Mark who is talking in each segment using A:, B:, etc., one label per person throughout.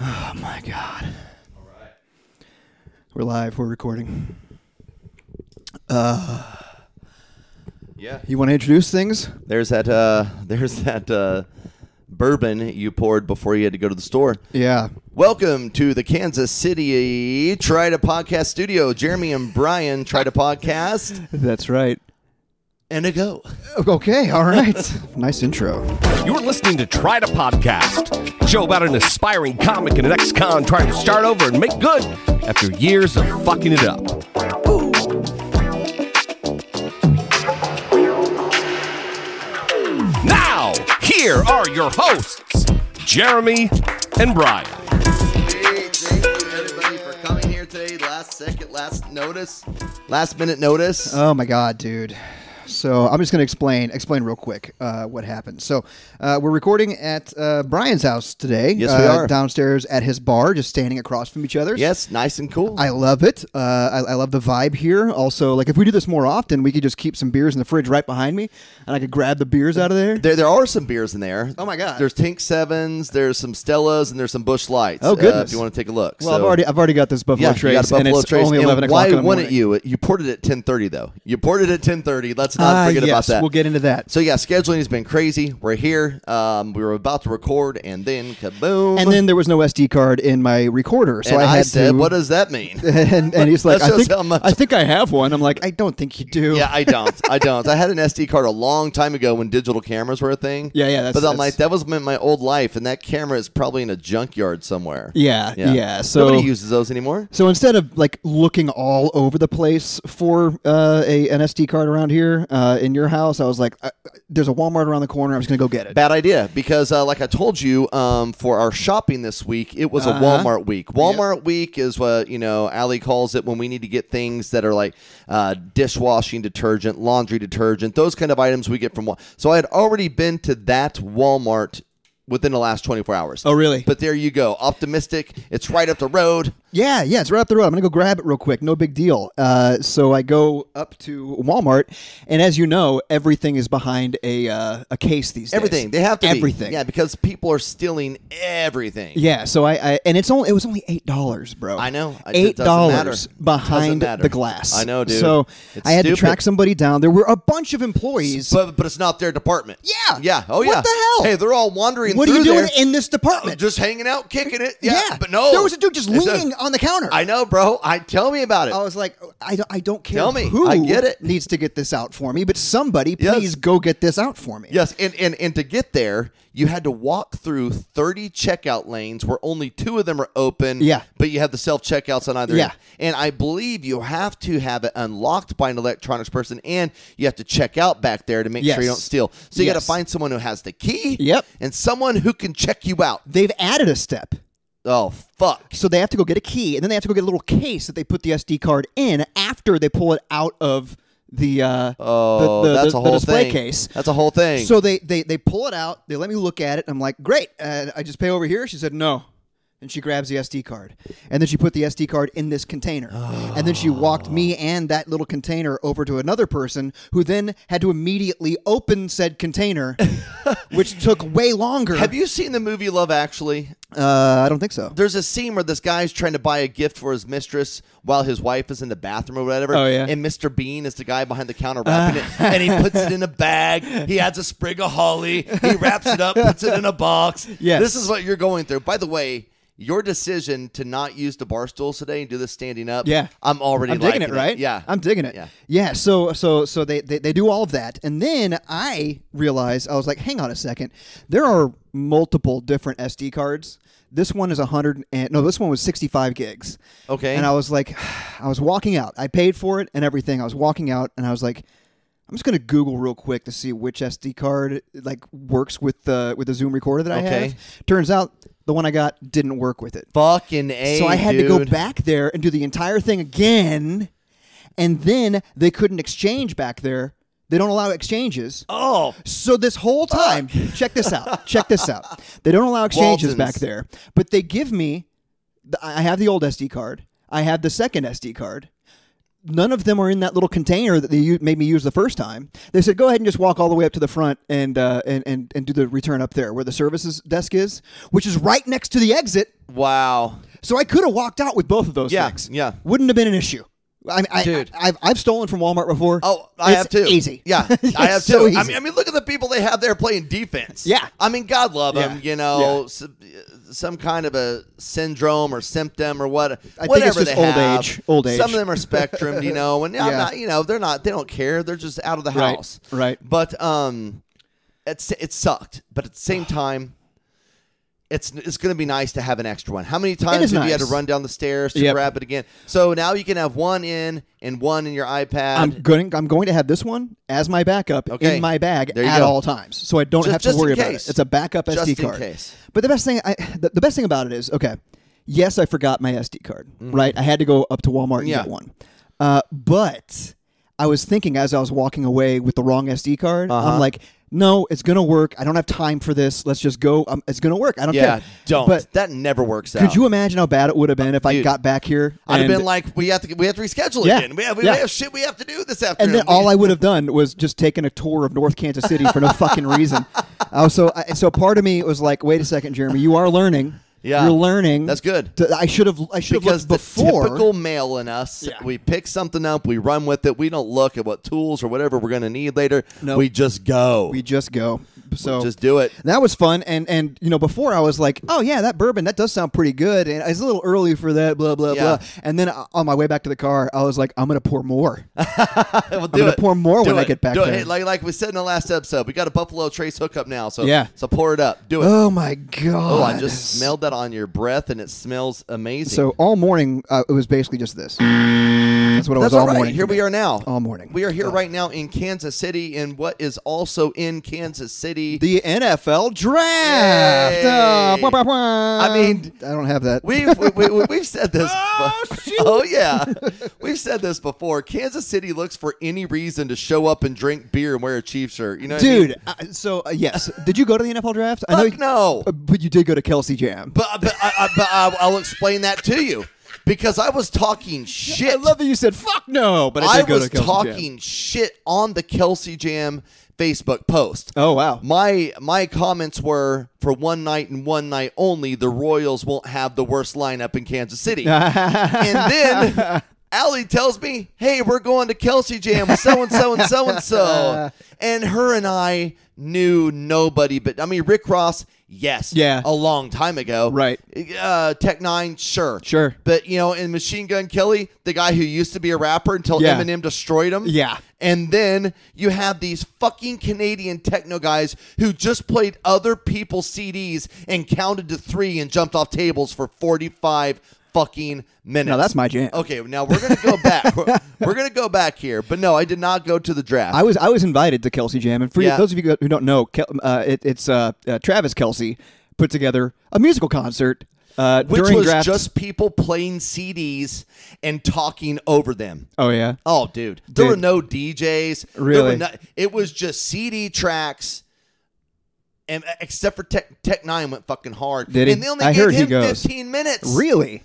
A: Oh my god. We're live. We're recording.
B: Yeah.
A: You want to introduce things?
B: There's that uh there's that uh bourbon you poured before you had to go to the store.
A: Yeah.
B: Welcome to the Kansas City Try to Podcast Studio. Jeremy and Brian try to podcast
A: That's right.
B: and a go.
A: Okay. All right. nice intro.
C: You're listening to Try to Podcast, a show about an aspiring comic and an ex-con trying to start over and make good after years of fucking it up. Now, here are your hosts, Jeremy and Brian.
B: Hey, thank you everybody for coming here today. Last second, last notice, last minute notice.
A: Oh my god, dude. So I'm just gonna explain explain real quick uh, what happened. So uh, we're recording at uh, Brian's house today.
B: Yes,
A: uh,
B: we are.
A: downstairs at his bar, just standing across from each other.
B: yes, nice and cool.
A: I love it. Uh, I, I love the vibe here. Also, like if we do this more often, we could just keep some beers in the fridge right behind me, and I could grab the beers out of there.
B: there, there are some beers in there.
A: Oh my God.
B: There's Tink Sevens, there's some Stellas, and there's some Bush Lights.
A: Oh,
B: Uh,
A: goodness.
B: if you want to take a look.
A: Well, I've
B: So-
A: already I've already got this Buffalo
B: Yeah,
A: Trace,
B: you got a Buffalo
A: and it's
B: Trace.
A: only
B: and
A: eleven o'clock.
B: Why
A: in the
B: wouldn't
A: morning.
B: you? You poured it at ten thirty though. You poured it at ten thirty. Let's not
A: Ah,
B: forget about
A: yes,
B: that.
A: We'll get into that.
B: so yeah, scheduling has been crazy. We're here. Um, we were about to record, and then kaboom!
A: And then there was no SD card in my recorder, so
B: And
A: I had
B: said,
A: to.
B: "What does that mean?"
A: and, and he's like,
B: That
A: I
B: shows
A: think,
B: how much-
A: I think I have one. I'm like, I don't think you do.
B: yeah, I don't. I don't. I had an SD card a long time ago when digital cameras were a thing.
A: Yeah, yeah, that's-
B: but
A: that's-
B: I'm like, that was my, my old life, and that camera is probably in a junkyard somewhere.
A: Yeah, yeah, so-
B: nobody uses those anymore.
A: So instead of like looking all over the place for uh, a an SD card around here uh, in your house, I was like, I, there's a Walmart around the corner. I'm just gonna go get it.
B: Bad idea because, uh, like I told you, um, for our shopping this week, it was
A: Uh-huh.
B: a Walmart week. Walmart week is what you know Allie calls it when we need to get things that are like uh, dishwashing detergent, laundry detergent, those kind of items we get from. Wal- so I had already been to that Walmart within the last 24 hours.
A: Oh, really?
B: But there you go, optimistic. It's right up the road.
A: Yeah, yeah, it's right up the road. I'm gonna go grab it real quick. No big deal. Uh, so I go up to Walmart, and as you know, everything is behind a uh, a case these days.
B: Everything they have to be.
A: everything.
B: Yeah, because people are stealing everything.
A: Yeah, so I, I and it's only it was only eight dollars, bro.
B: I know. It
A: eight
B: doesn't matter.
A: dollars
B: It doesn't
A: behind
B: matter.
A: the glass.
B: I know, dude.
A: So
B: It's
A: I had to
B: stupid.
A: track somebody down. There were a bunch of employees.
B: But, but it's not their department.
A: Yeah.
B: Yeah. Oh
A: What
B: yeah.
A: the hell?
B: Hey, they're all wandering.
A: what are you
B: through
A: doing
B: there.
A: in this department?
B: Just hanging out, kicking it. Yeah, but no.
A: there was a dude just
B: It's a-
A: leaning Oh. on the counter.
B: I know, bro. I tell me about it.
A: I was like, I don't, I don't care.
B: Tell me.
A: who
B: I get it.
A: Needs to get this out for me, but somebody,
B: Yes.
A: please go get this out for me.
B: Yes, and, and and to get there, you had to walk through thirty checkout lanes where only two of them are open.
A: Yeah.
B: but you have the self checkouts on either.
A: Yeah.
B: end. and I believe you have to have it unlocked by an electronics person, and you have to check out back there to make sure you
A: Yes.
B: don't steal. So you got
A: Yes.
B: to find someone who has the key.
A: Yep.
B: and someone who can check you out.
A: They've added a step.
B: Oh fuck.
A: So they have to go get a key, and then they have to go get a little case that they put the SD card in after they pull it out of the uh,
B: Oh,
A: the, the,
B: that's
A: the- the
B: a whole
A: display
B: thing.
A: case.
B: That's a whole thing.
A: So they, they they pull it out. They let me look at it. And I'm like, great. Uh, I just pay over here. She said no, and she grabs the SD card, and then she put the SD card in this container, and then she walked me and that little container over to another person who then had to immediately open said container, which took way longer.
B: Have you seen the movie Love Actually?
A: uh, I don't think so.
B: There's a scene where this guy's trying to buy a gift for his mistress while his wife is in the bathroom or whatever.
A: Oh, yeah.
B: And Mr. Bean is the guy behind the counter wrapping it, and he puts it in a bag. He adds a sprig of holly. He wraps it up, puts it in a box.
A: Yes.
B: This is what you're going through. By the way, your decision to not use the bar stools today and do this standing up.
A: Yeah.
B: I'm already
A: I'm digging
B: liking
A: it, right?
B: Yeah.
A: I'm digging it. Yeah.
B: Yeah.
A: so so so they, they they do all of that, and then I realized I was like, hang on a second, there are multiple different SD cards. This one is a hundred and no, this one was sixty five gigs.
B: Okay.
A: And I was like, I was walking out. I paid for it and everything. I was walking out, and I was like. I'm just gonna Google real quick to see which SD card like works with the with the Zoom recorder that I
B: Okay.
A: have. Turns out the one I got didn't work with it.
B: Fucking A.
A: So I had to go
B: dude.
A: back there and do the entire thing again, and then they couldn't exchange back there. They don't allow exchanges.
B: Oh,
A: So this whole time, check this out. Check this out. They don't allow exchanges
B: Waltons.
A: back there, but they give me. The, I have the old SD card. I have the second SD card. none of them are in that little container that they u- made me use the first time. They said, go ahead and just walk all the way up to the front and, uh, and, and, and do the return up there where the services desk is, which is right next to the exit.
B: Wow.
A: So I could have walked out with both of those
B: Yeah,
A: things.
B: yeah.
A: Wouldn't have been an issue. I, I,
B: Dude.
A: I, have I've stolen from Walmart before.
B: Oh, I
A: It's
B: have too.
A: Easy.
B: Yeah,
A: It's
B: I have
A: so
B: too. I
A: easy.
B: mean, I mean, look at the people they have there playing defense.
A: Yeah.
B: I mean, God love
A: Yeah.
B: them. You know, s- some kind of a syndrome or symptom or what.
A: I think
B: whatever
A: it's just
B: they
A: old
B: have.
A: age- old
B: Some
A: age.
B: of them are spectrum. You know, and I'm
A: Yeah.
B: not. You know, they're not. They don't care. They're just out of the
A: Right,
B: house.
A: right.
B: But um, it's it sucked. But at the same time. It's, it's going to be nice to have an extra one. How many times
A: is
B: have you had to
A: nice.
B: run down the stairs to
A: Yep.
B: grab it again? So now you can have one in and one in your iPad.
A: I'm going. I'm going to have this one as my backup
B: Okay.
A: in my bag
B: There you
A: at
B: go.
A: all times, so I don't
B: Just-
A: have to
B: just in
A: worry about
B: case.
A: it. It's a backup
B: Just
A: SD
B: in
A: card.
B: case.
A: But the best thing, I, the, the best thing about it is, okay, yes, I forgot my SD card. Right, I had to go up to Walmart and
B: Mm-hmm. Yeah.
A: get one. Uh, but I was thinking as I was walking away with the wrong SD card,
B: Uh-huh.
A: I'm like, no, it's gonna work. I don't have time for this. Let's just go. Um, it's gonna work. I don't
B: Yeah,
A: care.
B: don't.
A: But
B: that never works out.
A: could you imagine how bad it would have been if I
B: Dude,
A: got back here?
B: I'd have
A: and-
B: been like, we have to we have to reschedule
A: Yeah,
B: again. We have, we
A: yeah.
B: have shit we have to do this
A: And
B: afternoon.
A: then all I would have done was just taken a tour of North Kansas City for no fucking reason. I was so I, so part of me was like, wait a second, Jeremy, you are learning.
B: Yeah.
A: you're learning.
B: That's good.
A: To- I should have. I should have
B: because
A: looked
B: the
A: before.
B: typical male in us,
A: Yeah.
B: we pick something up, we run with it, we don't look at what tools or whatever we're going to need later.
A: Nope.
B: We just go.
A: we just go. So
B: just do it.
A: that was fun. And and you know, before I was like, oh yeah, that bourbon that does sound pretty good, and it's a little early for that. Blah blah
B: Yeah.
A: blah. And then uh, on my way back to the car, I was like, I'm gonna pour more.
B: We'll do
A: gonna
B: it.
A: pour more
B: Do
A: when I
B: it.
A: get back
B: Do it.
A: there.
B: Hey, like like we said in the last episode, we got a Buffalo Trace hookup now. So
A: Yeah.
B: so pour it up. Do it.
A: oh my god!
B: oh, I just smelled that on your breath, and it smells amazing.
A: So all morning, uh, it was basically just this. That's what it was
B: That's
A: all
B: all right.
A: morning.
B: Here
A: for me.
B: we are now.
A: All morning. Oh.
B: We are here right now in Kansas City, in what is also in Kansas City.
A: The NFL draft.
B: Yay.
A: Uh, wah, wah, wah.
B: I mean-
A: I don't have that.
B: we've we, we, we've said this. Oh, oh yeah, we've said this before. Kansas City looks for any reason to show up and drink beer and wear a Chiefs shirt. You know, what I mean?
A: Dude, uh, so uh, yes, did you go to the NFL draft? I know
B: Fuck
A: you,
B: no.
A: uh, but you did go to Kelsey Jam.
B: But but, I, I, but I, I'll explain that to you because I was talking shit.
A: I love that you said fuck no, but I
B: I
A: did go
B: was
A: to Kelsey
B: talking
A: Jam.
B: shit on the Kelsey Jam Facebook post.
A: Oh wow.
B: My my comments were for one night and one night only. The Royals won't have the worst lineup in Kansas City. and then Allie tells me, "Hey, we're going to Kelsey Jam with so and so and so and so." And her and I knew nobody, but I mean Rick Ross, yes,
A: Yeah.
B: a long time ago,
A: Right.
B: Uh, Tech Nine, sure,
A: Sure.
B: but you know, in Machine Gun Kelly, the guy who used to be a rapper until
A: Yeah.
B: Eminem destroyed him,
A: Yeah.
B: and then you have these fucking Canadian techno guys who just played other people's CDs and counted to three and jumped off tables for 45 fucking minutes.
A: Now that's my jam.
B: Okay, now we're going to go back. we're we're going to go back here. But no, I did not go to the draft.
A: I was I was invited to Kelsey Jam, and for
B: Yeah.
A: those of you who don't know, Kel- uh, it, it's uh, uh, Travis Kelsey put together a musical concert uh,
B: which
A: during
B: was
A: draft.
B: just people playing CDs and talking over them.
A: oh yeah,
B: Oh, dude. There
A: Dude.
B: were no DJs. There were
A: Really?
B: no- it was just CD tracks. And uh, except for Tech, Tech Nine went fucking hard.
A: Did he?
B: And they only
A: I
B: gave
A: heard he
B: him
A: goes.
B: 15 minutes.
A: really?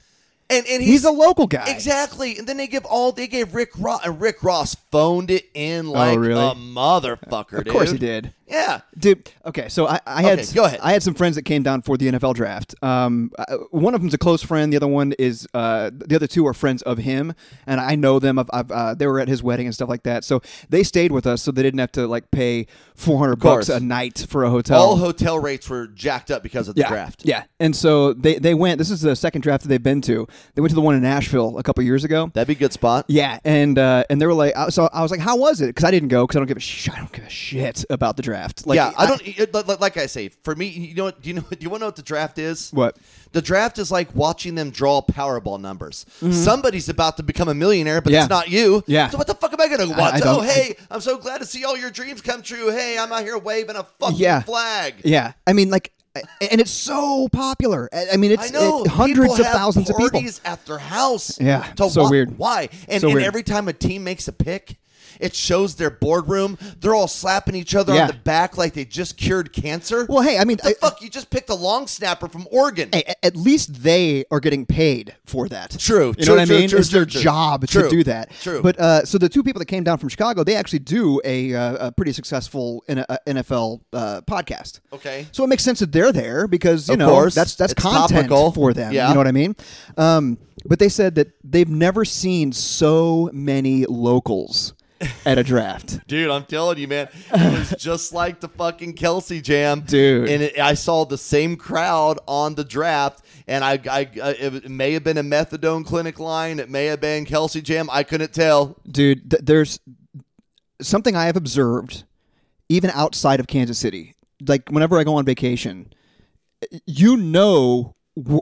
B: And, and
A: He's a local guy.
B: Exactly. And then they give all they gave Rick Ross and Rick Ross phoned it in like
A: Oh, really?
B: a motherfucker.
A: Of course he did.
B: Yeah.
A: Dude, okay, so I, I had
B: Okay, go ahead.
A: I had some friends that came down for the NFL draft. Um, I- one of them's a close friend. The other one is uh, the other two are friends of him, and I know them. I've, I've uh, they were at his wedding and stuff like that. So they stayed with us, so they didn't have to like pay four hundred
B: course.
A: bucks a night for a hotel.
B: All hotel rates were jacked up because of the
A: Oh. yeah,
B: draft.
A: yeah. And so they they went. This is the second draft that they've been to. They went to the one in Nashville a couple years ago.
B: That'd be a good spot.
A: Yeah, and uh, and they were like, I- so I was like, how was it? Because I didn't go because I don't give a sh- I don't give a shit about the draft. Like,
B: yeah, I don't it- li- li- like I say. For me, you know, what- do you know? Do you want to know what the draft is?
A: What?
B: the draft is like watching them draw Powerball numbers. Somebody's about to become a millionaire, but
A: Mm-hmm. Yeah.
B: it's not you.
A: Yeah.
B: So what the fuck am I going to watch?
A: I
B: oh,
A: don't-
B: hey, I'm so glad to see all your dreams come true. Hey, I'm out here waving a fucking
A: Yeah.
B: flag.
A: Yeah, I mean, like, a- and it's so popular. I I mean, it's
B: I know
A: it- hundreds
B: people
A: of
B: have
A: thousands of people.
B: parties at their house.
A: Yeah,
B: to
A: so
B: wa-
A: weird.
B: Why? And,
A: So
B: and
A: weird.
B: every time a team makes a pick, It shows their boardroom. They're all slapping each other
A: Yeah.
B: on the back like they just cured cancer.
A: Well, hey, I mean,
B: the
A: I-
B: fuck? You just picked a long snapper from Oregon.
A: Hey, a- at least they are getting paid for that.
B: True,
A: You know
B: true,
A: what I
B: true,
A: mean?
B: true,
A: it's their
B: true, true.
A: job
B: True,
A: to do that.
B: true.
A: But uh, so the two people that came down from Chicago, they actually do a, uh, a pretty successful N- uh, NFL uh, podcast.
B: Okay.
A: So it makes sense that they're there because you
B: Of
A: know
B: course.
A: that's that's
B: It's
A: content
B: topical.
A: for them.
B: Yeah.
A: You know what I mean? Um, but they said that they've never seen so many locals at a draft.
B: Dude, I'm telling you, man, it was just like the fucking Kelsey jam,
A: Dude.
B: And it, I saw the same crowd on the draft, and I, I, I it may have been a methadone clinic line, it may have been Kelsey jam, I couldn't tell.
A: dude th- there's something i have observed even outside of kansas city like whenever i go on vacation you know wh-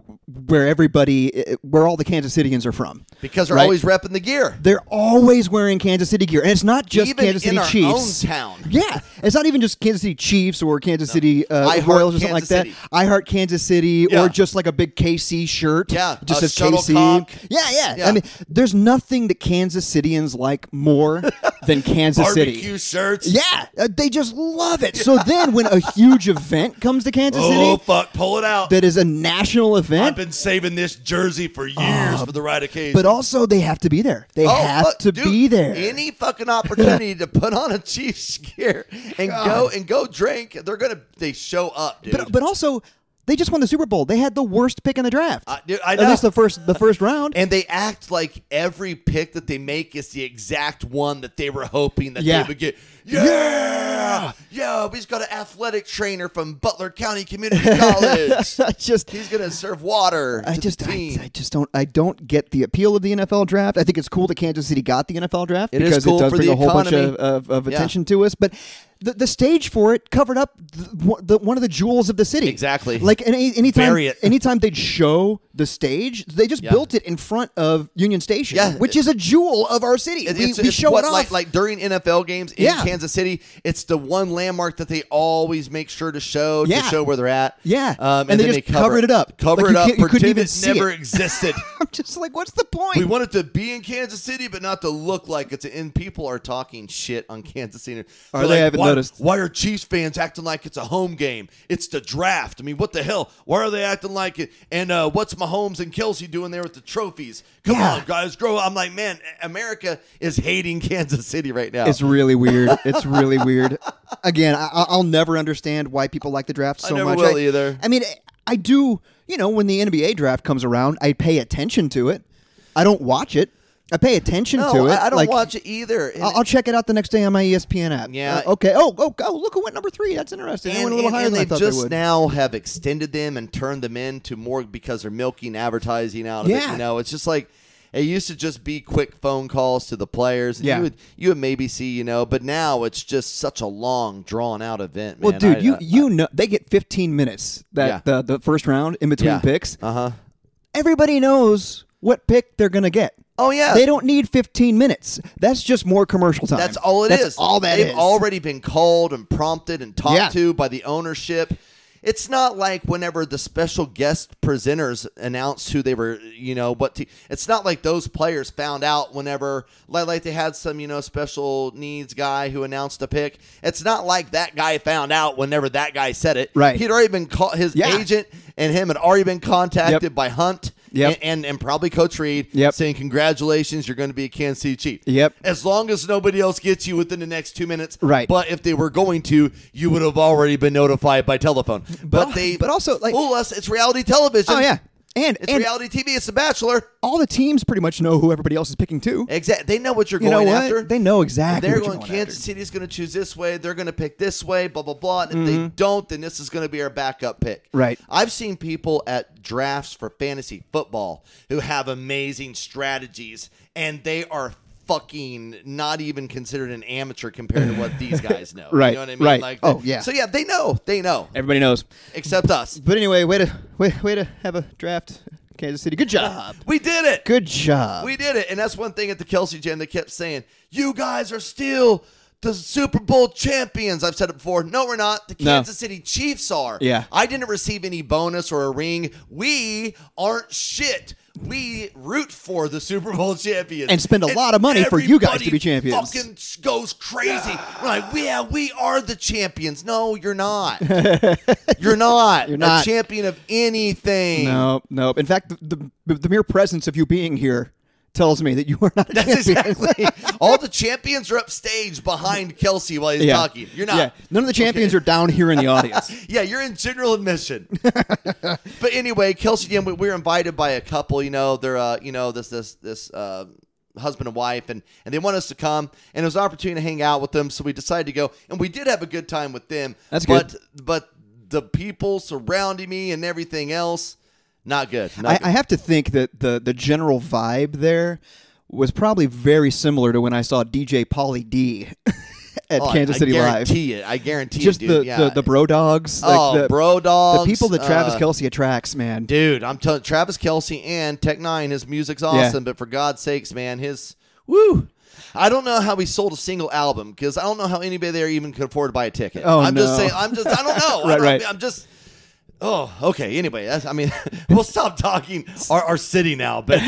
A: where everybody where all the kansas cityans are from
B: Because they're
A: Right.
B: always repping the gear,
A: they're always wearing kansas city gear and it's not just
B: even
A: kansas city
B: in our
A: chiefs
B: own town.
A: yeah, it's not even just Kansas City Chiefs or Kansas City uh,
B: I heart
A: Royals or something
B: Kansas
A: like that.
B: City.
A: I heart Kansas City
B: Yeah.
A: or just like a big KC shirt.
B: Yeah,
A: just
B: a
A: says KC.
B: shuttlecock.
A: Yeah, yeah,
B: Yeah.
A: I mean, there's nothing that Kansas Cityans like more than Kansas
B: Barbecue
A: City.
B: shirts.
A: Yeah, uh, they just love it. So then, when a huge event comes to Kansas
B: Oh
A: City,
B: fuck, pull it out.
A: that is a national event,
B: I've been saving this jersey for years for the right occasion.
A: Um, but also they have to be there. They
B: Oh,
A: have
B: fuck,
A: to
B: dude,
A: be there.
B: Any fucking opportunity to put on a Chiefs gear and go and go drink, they're gonna they show up, dude.
A: but, but also. They just won the Super Bowl. They had the worst pick in the draft.
B: I- dude, I
A: At
B: know.
A: least the first the first round.
B: and they act like every pick that they make is the exact one that they were hoping that
A: Yeah.
B: they would get. Yeah, yeah, he's got an athletic trainer from Butler County Community College.
A: I just
B: he's gonna serve water.
A: I
B: to
A: just
B: the
A: I,
B: team.
A: I just don't I don't get the appeal of the NFL draft. I think it's cool that Kansas City got the NFL draft
B: It is
A: because
B: cool
A: it does
B: for
A: bring
B: the
A: a whole bunch of,
B: economy.
A: of, of
B: Yeah.
A: attention to us, but the, the stage for it covered up the, the, one of the jewels of the city.
B: Exactly.
A: Like any anytime
B: Bury it.
A: anytime they'd show the stage, they just
B: Yeah.
A: built it in front of Union Station,
B: Yeah.
A: which is a jewel of our city.
B: It-
A: we
B: it's,
A: we
B: it's
A: show
B: what,
A: it off.
B: Like, like during NFL games in
A: Yeah.
B: Kansas City, it's the one landmark that they always make sure to show to
A: Yeah.
B: show where they're at.
A: Yeah.
B: um, and,
A: And they
B: then
A: just
B: they cover
A: covered it up.
B: cover
A: Like,
B: it
A: you
B: up.
A: can't- you couldn't
B: pretend
A: even
B: it
A: see
B: never
A: it.
B: existed.
A: I'm just like, what's the point?
B: we want it to be in Kansas City, but not to look like it's. And people are talking shit on Kansas City.
A: Are
B: They're
A: they?
B: like,
A: I haven't
B: why,
A: noticed."
B: Why are Chiefs fans acting like it's a home game? It's the draft. I mean, what the hell? Why are they acting like it? And uh, what's Mahomes and Kelsey doing there with the trophies? Come
A: Yeah.
B: on, guys, grow. up. I'm like, man, America is hating Kansas City right now.
A: It's really weird. It's really weird. Again, I, I- I'll never understand why people like the draft so
B: never
A: much.
B: will
A: I,
B: either.
A: I mean, I do. You know, when the NBA draft comes around, I pay attention to it. I don't watch it. I pay attention
B: No,
A: to it.
B: I, I don't
A: Like,
B: watch it either. And-
A: I'll, I'll check it out the next day on my E ESPN app.
B: Yeah.
A: Uh, okay. Oh, oh, oh, look who went number three. That's interesting.
B: and,
A: they went a little
B: and-
A: higher
B: and
A: than I
B: they
A: thought
B: just
A: they would.
B: now have extended them and turned them into more because they're milking advertising out of it.
A: Yeah.
B: You know, it's just like it used to just be quick phone calls to the players. And
A: Yeah.
B: You would you would maybe see, you know, but now it's just such a long, drawn out event.
A: well,
B: man.
A: dude,
B: I-
A: you
B: I-
A: you know they get 15 minutes that
B: Yeah.
A: the the first round in between
B: Yeah.
A: picks.
B: Uh huh.
A: Everybody knows what pick they're gonna get.
B: Oh yeah.
A: They don't need 15 minutes. That's just more commercial time.
B: That's all it is.
A: That's all that
B: They've
A: is.
B: already been called and prompted and talked
A: Yeah.
B: to by the ownership. It's not like whenever the special guest presenters announced who they were, you know, what te- it's not like those players found out whenever like like they had some, you know, special needs guy who announced a pick. It's not like that guy found out whenever that guy said it.
A: Right.
B: He'd already been called his
A: Yeah.
B: agent and him had already been contacted by Hunt
A: Yep.
B: and, and and probably Coach Reed
A: Yep.
B: saying congratulations, you're going to be a Kansas City Chief.
A: Yep.
B: As long as nobody else gets you within the next two minutes.
A: Right.
B: But if they were going to, you would have already been notified by telephone. But, they
A: but also, like-
B: fool us. It's reality television.
A: Oh yeah, and
B: It's
A: and
B: reality TV. It's The Bachelor.
A: all the teams pretty much know who everybody else is picking too.
B: Exactly. They know what you're
A: You know
B: going
A: what?
B: after.
A: They know exactly what
B: They're
A: you're
B: going.
A: going
B: Kansas
A: after.
B: City's going to choose this way. They're going to pick this way. Blah blah blah. And if they don't, then this is going to be our backup pick.
A: Mm-hmm. Right.
B: I've seen people at drafts for fantasy football who have amazing strategies, and they are fucking not even considered an amateur compared to what these guys know.
A: Right,
B: You know what I mean?
A: right.
B: Like,
A: Oh, yeah.
B: So yeah, they know. They know.
A: Everybody knows.
B: Except us.
A: But anyway, way to way, way to have a draft, Kansas City. Good job.
B: We did it.
A: Good job.
B: We did it. And that's one thing at the Kelsey Jam they kept saying, you guys are still the Super Bowl champions. I've said it before. No, we're not. The
A: No.
B: Kansas City Chiefs are.
A: Yeah.
B: I didn't receive any bonus or a ring. We aren't shit. We root for the Super Bowl champions
A: And spend a lot of money for you guys to be
B: everybody
A: champions.
B: Fucking goes crazy. We're like, yeah, we are the champions. No, you're not. you're not.
A: You're not.
B: a champion of anything.
A: No, no. In fact, the, the, the mere presence of you being here tells me that you are not. a
B: That's
A: champion.
B: exactly. All the champions are upstage behind Kelsey while he's talking. You're not.
A: Yeah. None of the champions are down here in the audience.
B: Yeah, you're in general admission. but anyway, Kelsey Dam, we we were invited by a couple. You know, they're uh, you know this this this uh, husband and wife, and and they want us to come, and it was an opportunity to hang out with them, so we decided to go, and we did have a good time with them.
A: That's
B: but,
A: good.
B: But the people surrounding me and everything else, not good. Not
A: I,
B: good.
A: I have to think that the the general vibe there was probably very similar to when I saw DJ Polly D at
B: Oh, I-
A: Kansas
B: I
A: City Live.
B: guarantee it. I guarantee
A: Just
B: it,
A: the,
B: dude. yeah.
A: the the bro dogs. like
B: oh,
A: the,
B: bro, dogs.
A: The people that Travis
B: uh,
A: Kelsey attracts, man.
B: Dude, I'm telling Travis Kelsey and Tech Nine, his music's
A: Yeah.
B: awesome, but for God's sakes, man, his woo. I don't know how he sold a single album because I don't know how anybody there even could afford to buy a ticket.
A: Oh,
B: I'm just
A: no.
B: saying, I'm just, I don't know.
A: Right,
B: I
A: right.
B: am just, oh, okay. Anyway, that's, I mean, we'll stop talking our, our city now, but,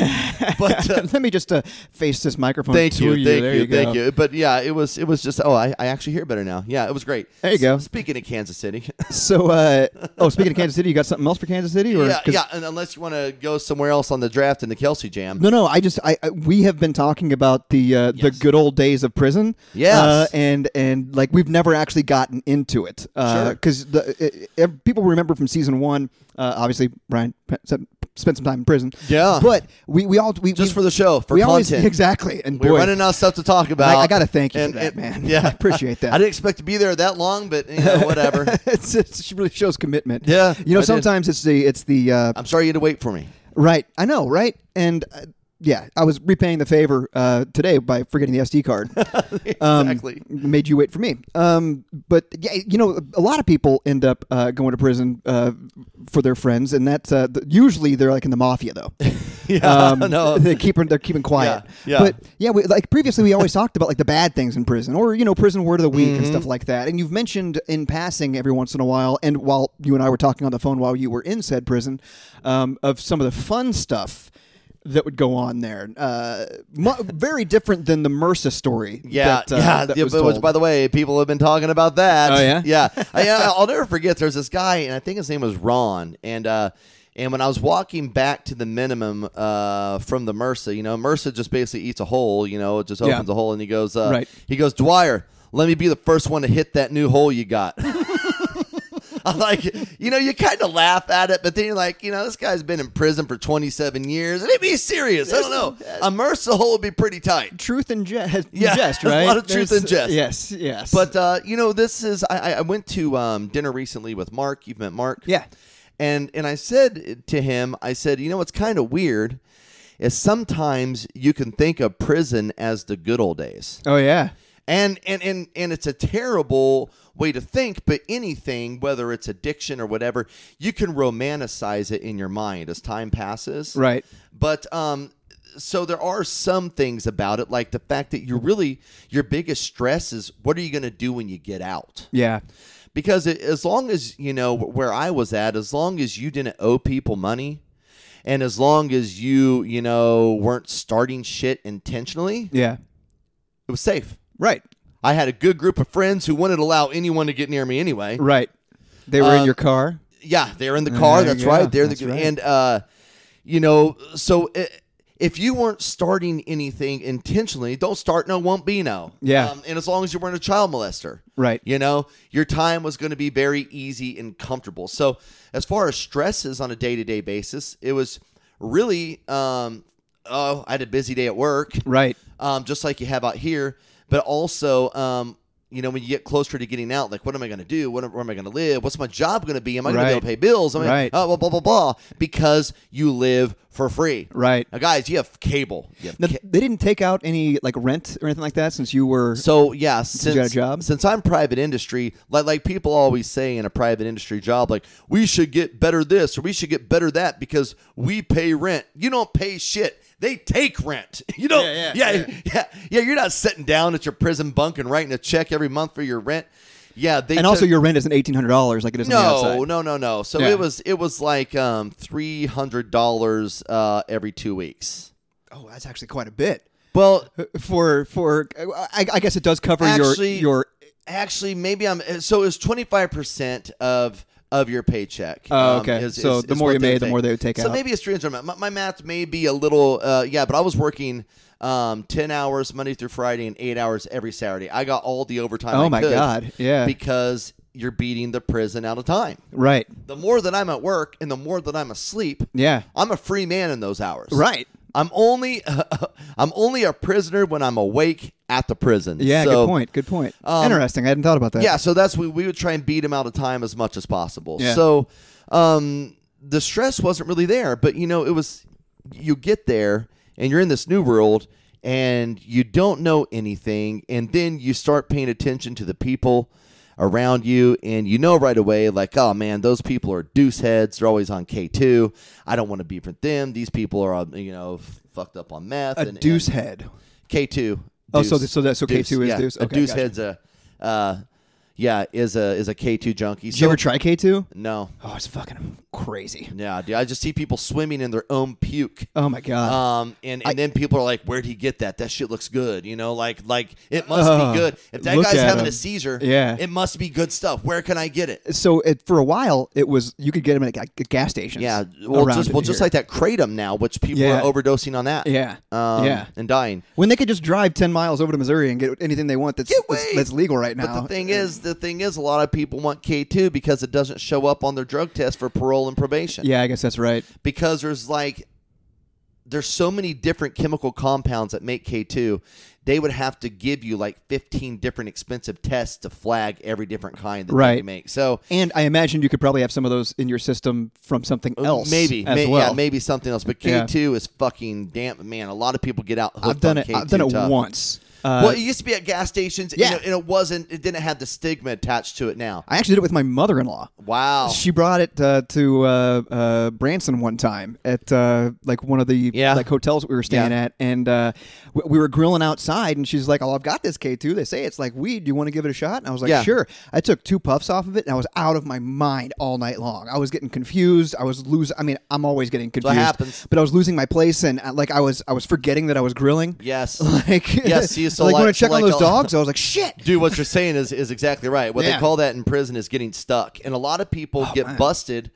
B: but uh,
A: Let me just uh, face this microphone
B: thank
A: to
B: you, thank
A: There
B: you,
A: go.
B: thank you. But yeah, it was, it was just, oh, I, I actually hear better now. Yeah, it was great.
A: There you go.
B: S- Speaking of Kansas City,
A: So, uh, oh, speaking of Kansas City, you got something else for Kansas City? Or
B: yeah,
A: 'cause-
B: yeah, and unless you want to go somewhere else on the draft and the Kelsey jam.
A: No, no. I just I I- we have been talking about the uh, the good old days of prison.
B: Yes.
A: uh, and and like we've never actually gotten into it
B: Sure.
A: because the uh, uh, people remember from season one. Uh, obviously, Brian pe- spent spent some time in prison.
B: Yeah.
A: but we we all we
B: Just
A: we-
B: for the show, for
A: we always
B: content.
A: exactly and
B: We're
A: boy,
B: running out of stuff to talk about.
A: I- I gotta thank you for
B: And-
A: that,
B: and-
A: man.
B: Yeah,
A: I appreciate that.
B: I didn't expect to be there that long, but you know, whatever.
A: it's, it's, it really shows commitment.
B: Yeah,
A: you know
B: I did.
A: sometimes it's the it's the uh,
B: I'm sorry you had to wait for me.
A: Right. I know, right? And uh, yeah, I was repaying the favor uh, today by forgetting the SD card. Um,
B: Exactly.
A: made you wait for me. Um, but yeah, you know, a lot of people end up uh, going to prison uh, for their friends, and that's uh, th- usually they're like in the mafia though.
B: Yeah, no.
A: Um, They keep they're keeping quiet.
B: Yeah, yeah.
A: But yeah, we, like previously, we always talked about like the bad things in prison, or you know, prison word of the week
B: Mm-hmm.
A: and stuff like that. And you've mentioned in passing every once in a while, and while you and I were talking on the phone while you were in said prison, um, of some of the fun stuff. That would go on there. Uh, mu- very different than the MRSA story.
B: Yeah,
A: that, uh,
B: yeah.
A: that
B: yeah,
A: was
B: but- which,
A: told.
B: by the way, people have been talking about that.
A: Oh, yeah?
B: yeah. I, I- I'll never forget. There's this guy, and I think his name was Ron, and uh, and when I was walking back to the minimum uh, from the MRSA, you know, MRSA just basically eats a hole. You know, it just
A: Yeah.
B: opens a hole, and he goes, uh,
A: Right.
B: he goes, Dwyer, let me be the first one to hit that new hole you got. I'm like, you know, you kind of laugh at it, but then you're like, you know, this guy's been in prison for 27 years. And it be serious. I don't know. A MRSA hole would be pretty tight.
A: truth and jest,
B: Yeah,
A: jest
B: a
A: right?
B: lot of truth and jest.
A: Yes, yes.
B: But uh, you know, this is I, I- I went to um, dinner recently with Mark. You've met Mark,
A: Yeah.
B: And and I said to him, I said, you know, what's kind of weird is sometimes you can think of prison as the good old days,
A: oh yeah,
B: and and and and it's a terrible way to think. But anything, whether it's addiction or whatever, you can romanticize it in your mind as time passes,
A: right.
B: but um so there are some things about it like the fact that you're really your biggest stress is what are you going to do when you get out
A: Yeah,
B: because it, as long as you know where i was at as long as you didn't owe people money and as long as you you know weren't starting shit intentionally
A: yeah.
B: it was safe
A: Right,
B: i had a good group of friends who wouldn't allow anyone to get near me anyway
A: right. They were in
B: Uh,
A: your car.
B: Yeah, they're in the car.
A: there
B: that's
A: you go.
B: right. They're
A: That's
B: the
A: right.
B: and uh, you know, so i if you weren't starting anything intentionally, don't start. No, won't be no. Um,
A: Yeah.
B: and as long as you weren't a child molester,
A: Right.
B: You know, your time was going to be very easy and comfortable. So as far as stresses on a day to day basis, it was really um, oh, I had a busy day at work
A: Right.
B: um, just like you have out here. But also, um, you know, when you get closer to getting out, like, what am I going to do? What, am- where am I going to live? What's my job going to be? Am I going to be able to
A: Right.
B: pay bills? Am I,
A: Right.
B: Oh, blah, blah, blah, blah. Because you live for free.
A: Right.
B: Now, guys, you have cable. You have
A: Now,
B: ca-
A: they didn't take out any like rent or anything like that since you were.
B: so yeah, since
A: you got a job?
B: since I'm private industry, like like people always say in a private industry job, like we should get better this or we should get better that because we pay rent. You don't pay shit. They take rent. You don't.
A: Yeah,
B: Yeah,
A: yeah,
B: yeah, yeah. You're not sitting down at your prison bunk and writing a check every month for your rent. Yeah, they
A: and also
B: took-
A: your rent isn't eighteen hundred dollars like it is on the
B: no,
A: outside.
B: no, no, no. So
A: Yeah.
B: it was it was like um, three hundred dollars uh, every two weeks.
A: Oh, that's actually quite a bit
B: Well,
A: for for. I, I guess it does cover
B: Actually-
A: your your
B: actually, maybe I'm. uh, So it was twenty five percent of of your paycheck. um,
A: Oh, okay. So the more
B: what
A: you
B: they
A: made,
B: would
A: the
B: take.
A: more they would take
B: So
A: out.
B: maybe it's three hundred. My, my math may be a little. Uh, yeah, but I was working. Um, ten hours Monday through Friday and eight hours every Saturday. I got all the overtime.
A: Oh
B: I
A: my
B: could
A: God, yeah.
B: because you're beating the prison out of time.
A: right.
B: The more that I'm at work and the more that I'm asleep,
A: Yeah.
B: I'm a free man in those hours.
A: Right.
B: I'm only I'm only a prisoner when I'm awake at the prison.
A: Yeah.
B: So,
A: good point. Good point.
B: um,
A: Interesting. I hadn't thought about that.
B: Yeah, so that's we we would try and beat him out of time as much as possible.
A: Yeah.
B: So um the stress wasn't really there, but you know, it was you get there and you're in this new world and you don't know anything and then you start paying attention to the people around you and you know right away like oh man those people are deuce heads they're always on k2 i don't want to be with them these people are on you know f- fucked up on meth
A: A
B: and,
A: deuce
B: and-
A: head.
B: K two.
A: Oh, so th- so that- so K2 is
B: yeah.
A: deuce?
B: A
A: Okay,
B: deuce
A: gotcha.
B: head's a, uh, yeah, is a is a K two junkie.
A: Did you ever try K two?
B: No,
A: Oh, it's fucking crazy.
B: yeah, dude. I just see people swimming in their own puke.
A: Oh my god.
B: Um, and, and then people are like, "Where'd he get that? That shit looks good." You know, like like it must
A: Ugh,
B: be good. If that
A: look
B: guy's
A: at
B: having
A: him.
B: a seizure,
A: Yeah.
B: it must be good stuff. Where can I get it?
A: so it, for a while, it was you could get them at, like, gas stations.
B: Yeah, well,
A: around
B: just well, just
A: here.
B: like that kratom now, which people
A: Yeah.
B: are overdosing on that.
A: Yeah.
B: um,
A: Yeah.
B: and dying.
A: when they could just drive ten miles over to Missouri and get anything they want that's
B: Get
A: that's,
B: weed.
A: that's legal right now.
B: But the thing is, the thing is, a lot of people want K two because it doesn't show up on their drug test for parole and probation.
A: yeah, I guess that's right.
B: because there's like there's so many different chemical compounds that make K two. They would have to give you like 15 different expensive tests to flag every different kind that they
A: Right.
B: make. So
A: And I imagine you could probably have some of those in your system from something else.
B: Uh, maybe,
A: as
B: may-
A: well.
B: yeah, maybe something else. But
A: Yeah.
B: K two is fucking damn man. A lot of people get out. Hooked
A: I've done
B: on
A: it.
B: K2
A: I've done it
B: tough.
A: once. Uh,
B: well, it used to be at gas stations, and,
A: Yeah.
B: it, and it wasn't. It didn't have the stigma attached to it now.
A: I actually did it with my mother-in-law.
B: Wow.
A: She brought it uh, to uh, uh, Branson one time at uh, like one of the
B: Yeah.
A: like hotels we were staying
B: Yeah.
A: at, and uh, we, we were grilling outside, and she's like, "Oh, I've got this K two. They say it's like weed. Do you want to give it a shot?" And I was like,
B: Yeah.
A: "Sure." I took two puffs off of it, and I was out of my mind all night long. I was getting confused. I was losing. I mean, I'm always getting confused.
B: happens.
A: But I was losing my place, and uh, like I was, I was forgetting that I was grilling.
B: Yes.
A: Like
B: Yes, see, so
A: like, when I
B: like-
A: check
B: like
A: on
B: all-
A: those dogs, I was like, "Shit."
B: Dude, what you're saying is, is exactly right. What
A: Yeah. Oh,
B: they call that in prison is getting stuck. And a lot of people get busted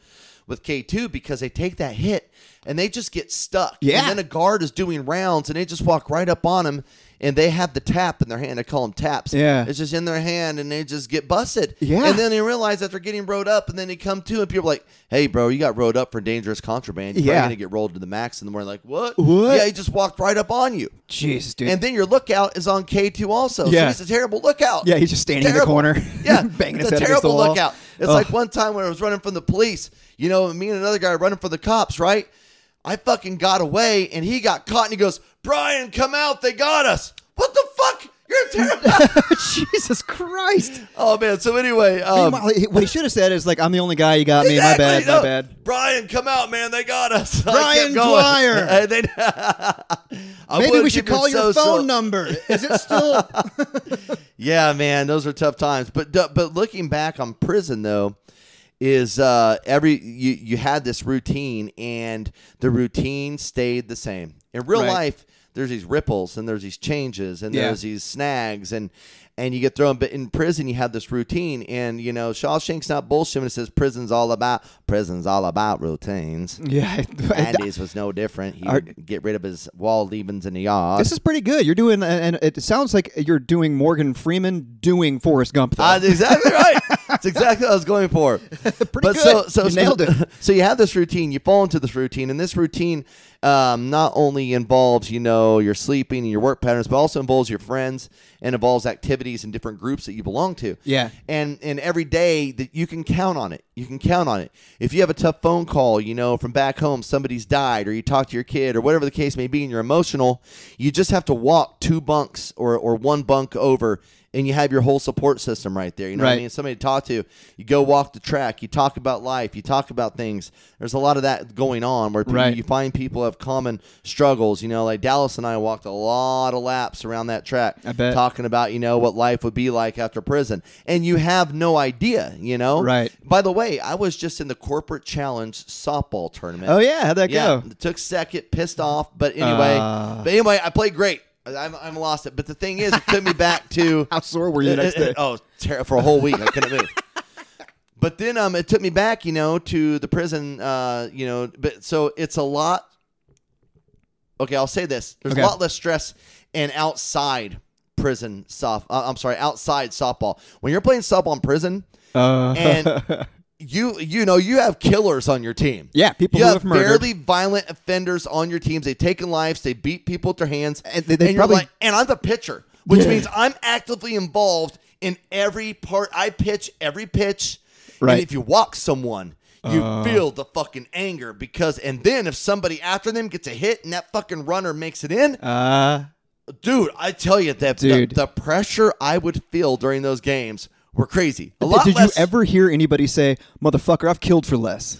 B: with K2 because they take that hit and they just get stuck.
A: Yeah.
B: And then a guard is doing rounds and they just walk right up on them and they have the tap in their hand. I call them taps.
A: Yeah.
B: It's just in their hand and they just get busted.
A: Yeah.
B: And then they realize that they're getting rode up and then they come to and people are like, hey, bro, you got rode up for dangerous contraband. You're
A: Yeah.
B: going to get rolled to the max in the morning. Like, what?
A: What?
B: Yeah, he just walked right up on you.
A: Jesus, dude.
B: And then your lookout is on K2 also.
A: Yeah.
B: So he's a terrible lookout.
A: Yeah, he's just standing in the
B: Terrible.
A: corner,
B: Yeah.
A: banging
B: it's
A: his
B: a
A: head against the
B: terrible
A: wall.
B: lookout. It's
A: Ugh.
B: like one time when I was running from the police, you know, me and another guy running from the cops, right? I fucking got away and he got caught and he goes, Brian, come out. They got us. What the fuck? You're a terrible.
A: Jesus Christ.
B: oh, man. So anyway. Um,
A: Meanwhile, he- what he should have said is like, "I'm the only guy you got me. My
B: Exactly,
A: bad.
B: no.
A: My bad."
B: Brian, come out, man. They got us. I
A: Brian
B: kept going.
A: Dwyer.
B: Hey, they- I
A: Maybe
B: would,
A: we
B: you
A: should
B: were
A: call your
B: so- so-
A: phone number. Is it still?
B: Yeah, man, those are tough times. But but looking back on prison though, is uh, every you you had this routine and the routine stayed the same. In real
A: Right.
B: life, there's these ripples and there's these changes and
A: Yeah.
B: there's these snags and and you get thrown. But in prison, you have this routine and you know Shawshank's not bullshit when it says prison's all about prison's all about routines.
A: yeah. I- I-
B: Andy's was no different. He
A: Are-
B: would get rid of his wall leavings in the yard.
A: this is pretty good. You're doing, and it sounds like you're doing Morgan Freeman doing Forrest Gump. Though.
B: Uh, That's exactly right. That's exactly what I was going for. Pretty but So,
A: good.
B: so,
A: You
B: so-
A: nailed it.
B: So you have this routine. You fall into this routine, and this routine um, not only involves you know your sleeping and your work patterns, but also involves your friends and involves activities and different groups that you belong to.
A: Yeah.
B: And and every day that you can count on it. You can count on it. If you have a tough phone call, you know from back home, somebody's died, or you talk to your kid, or whatever the case may be, and you're emotional, you just have to walk two bunks or or one bunk over and you have your whole support system right there. You know what I
A: Right.
B: mean? Somebody to talk to. You go walk the track. You talk about life. You talk about things. There's a lot of that going on where people,
A: Right.
B: you find people have common struggles. You know, like Dallas and I walked a lot of laps around that track,
A: I bet.
B: talking about you know what life would be like after prison, and you have no idea. You know,
A: Right.
B: By the way, I was just in the corporate challenge softball tournament.
A: Oh yeah, how'd that
B: Yeah,
A: go?
B: took second, pissed off, but anyway,
A: Ah.
B: but anyway, I played great. I'm, I'm lost it, but the thing is, it took me back to
A: How sore were you the next day?
B: oh, ter- for a whole week, I couldn't move. But then um, it took me back, you know, to the prison, uh, you know. But so it's a lot. Okay, I'll say this: there's
A: Okay.
B: a lot less stress in outside prison soft. Uh, I'm sorry, outside softball. When you're playing softball in prison,
A: Uh,
B: and you you know you have killers on your team.
A: Yeah, people
B: you
A: who
B: have
A: have murdered.
B: fairly violent offenders on your teams. They've taken lives. They beat people with their hands.
A: And they- they
B: you're
A: probably-
B: like, and I'm the pitcher, which means I'm actively involved in every part. I pitch every pitch.
A: Right. Uh.
B: And if you walk someone. You feel the fucking anger because, and then if somebody after them gets a hit and that fucking runner makes it in,
A: uh,
B: dude, I tell you that the,
A: Dude.
B: the pressure I would feel during those games were crazy. A lot
A: did
B: less,
A: you ever hear anybody say, "Motherfucker, I've killed for less,"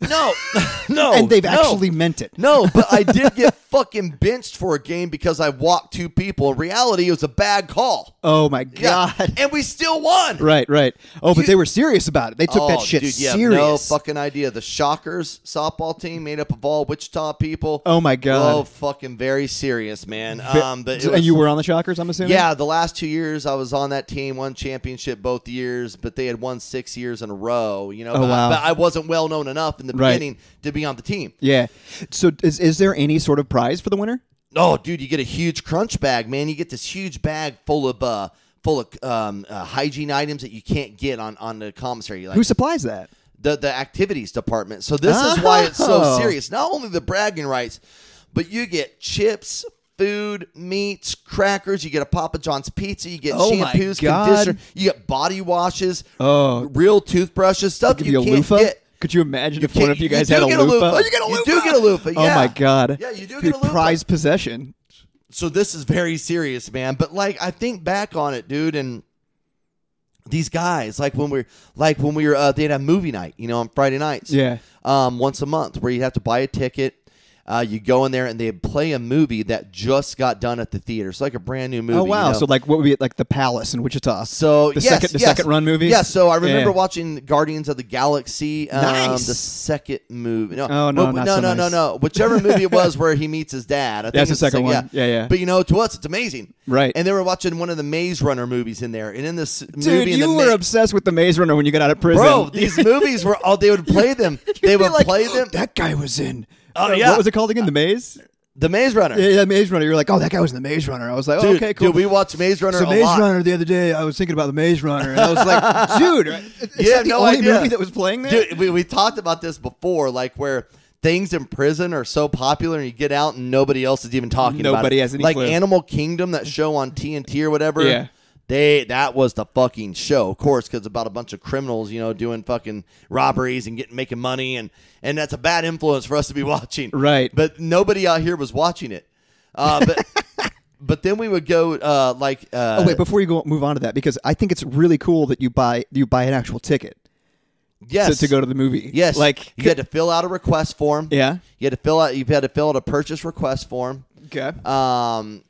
B: No, no.
A: and they've
B: Oh, no.
A: actually meant it?
B: No, but I did get fucking benched for a game because I walked two people. In reality, it was a bad call.
A: Oh my god!
B: And we still won.
A: Right, right. Oh, but
B: You-
A: they were serious about it. They took
B: Oh,
A: that shit
B: dude, you have no
A: serious.
B: fucking idea. The Shockers softball team made up of all Wichita people.
A: Oh, my God.
B: Oh, fucking very serious, man. Um, but it
A: and
B: was-
A: you were on the Shockers, I'm assuming.
B: Yeah, the last two years I was on that team, won championship both years, but they had won six years in a row. You know, but, I-
A: Oh, wow.
B: but I wasn't well known enough in the
A: Right.
B: beginning to be on the team.
A: yeah. So, is is there any sort of prize for the winner?
B: Oh, dude, you get a huge crunch bag, man. You get this huge bag full of uh, full of um, uh, hygiene items that you can't get on on the commissary. Like
A: Who supplies that?
B: the the activities department. So this is why it's so
A: Oh.
B: serious. Not only the bragging rights, but you get chips. Food, meats, crackers. You get a Papa John's pizza. You get
A: Oh my
B: shampoos,
A: God.
B: conditioner. You get body washes,
A: Oh.
B: real toothbrushes, stuff
A: Give
B: you,
A: you a
B: can't
A: loofah?
B: get.
A: Could you imagine if
B: can't-
A: one of you guys
B: do
A: had a
B: get
A: loofah?
B: Oh, you get a loofah. You do get a loofah.
A: Oh
B: yeah.
A: my god!
B: Yeah, you do get
A: Dude,
B: a loofah.
A: prize possession.
B: so this is very serious, man. But like I think back on it, dude, and these guys, like when we're like when we were uh, they'd have movie night, you know, on Friday nights.
A: Yeah.
B: Um, once a month where you have to buy a ticket. Uh, you go in there and they play a movie that just got done at the theater. It's like a brand new movie.
A: oh wow!
B: you know?
A: So like, what would be it, like the Palace in Wichita?
B: So
A: the
B: yes,
A: second the
B: yes.
A: second run movies.
B: Yeah, so I remember
A: Yeah.
B: watching Guardians of the Galaxy. Um,
A: Nice.
B: The second movie. No,
A: Oh, no,
B: well,
A: not
B: no,
A: so
B: no,
A: nice.
B: no, no. Whichever movie it was where he meets his dad. I think
A: That's
B: it's
A: the second
B: sec-
A: one. Yeah, yeah.
B: But you know, to us, it's amazing.
A: Right.
B: And they were watching one of the Maze Runner movies in there, and in this
A: Dude,
B: movie, in the
A: you were
B: ma-
A: obsessed with the Maze Runner when you got out of prison.
B: bro. These movies were all they would play them. They
A: You'd be
B: would
A: like,
B: play them.
A: That guy was in. uh,
B: Oh, yeah.
A: What was it called again? The Maze.
B: The Maze Runner.
A: Yeah, yeah, Maze Runner. You're like, oh, that guy was in the Maze Runner. I was like, oh,
B: Dude,
A: okay, cool.
B: dude, we watched Maze Runner
A: so
B: a
A: Maze
B: lot.
A: Runner the other day, I was thinking about the Maze Runner, and I was like, dude, is
B: Yeah,
A: that the
B: no
A: only
B: idea.
A: movie that was playing there?
B: Dude, we, we talked about this before, like where things in prison are so popular and you get out and nobody else is even talking about it.
A: Nobody has any
B: Like
A: clue.
B: Animal Kingdom, that show on TNT or whatever.
A: Yeah.
B: They that was the fucking show, of course, because about a bunch of criminals, you know, doing fucking robberies and getting making money, and and that's a bad influence for us to be watching,
A: Right.
B: But nobody out here was watching it. Uh, but but then we would go uh, like uh,
A: Oh wait, before you go move on to that, because I think it's really cool that you buy you buy an actual ticket
B: yes
A: to, to go to the movie.
B: Yes.
A: like
B: you had to fill out a request form.
A: Yeah.
B: You had to fill out. You had to fill out a purchase request form.
A: okay,
B: Um,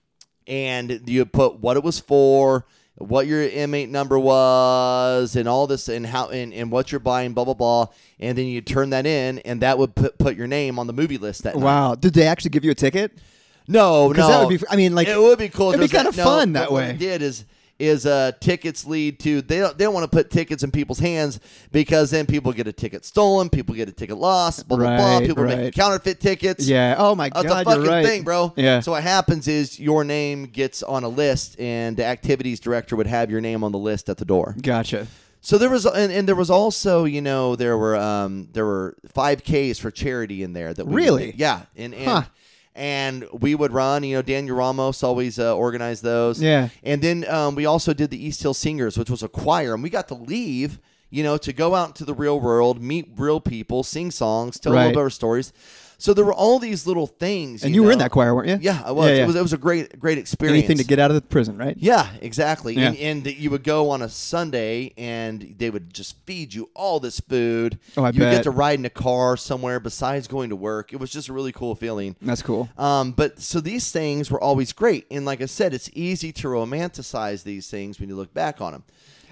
B: and you put what it was for, what your inmate number was, and all this, and how, and, and what you're buying, blah blah blah. And then you turn that in, and that would put, put your name on the movie list. That night.
A: wow, did they actually give you a ticket?
B: No, no.
A: 'Cause that would be- I mean, like,
B: it would be cool. if
A: it'd be
B: it was
A: kinda
B: that- no,
A: fun that
B: but What
A: way.
B: we did is is uh, tickets lead to they don't, they don't want to put tickets in people's hands because then people get a ticket stolen, people get a ticket lost, blah blah blah.
A: Right,
B: People are making
A: right,
B: counterfeit tickets.
A: Yeah. Oh my
B: That's
A: god,
B: a fucking
A: you're right.
B: thing, bro.
A: Yeah.
B: So what happens is your name gets on a list, and the activities director would have your name on the list at the door.
A: gotcha.
B: So there was, and, and there was also, you know, there were um, there were five Ks for charity in there. That we would
A: Really?
B: do. yeah, and and,
A: Huh.
B: and we would run. You know, Daniel Ramos always uh, organized those.
A: Yeah.
B: and then um, we also did the East Hill Singers, which was a choir, and we got to leave. You know, to go out into the real world, meet real people, sing songs, tell a
A: Right.
B: little bit of our stories. So there were all these little things.
A: And you were in
B: know.
A: that choir, weren't you?
B: Yeah, I was.
A: Yeah, yeah.
B: It was. It was a great, great experience.
A: Anything to get out of the prison, right?
B: Yeah, exactly.
A: Yeah.
B: And, and that you would go on a Sunday, and they would just feed you all this food.
A: Oh, I
B: you would
A: bet.
B: get to ride in a car somewhere besides going to work. It was just a really cool feeling.
A: That's cool.
B: Um, but so these things were always great, and like I said, it's easy to romanticize these things when you look back on them.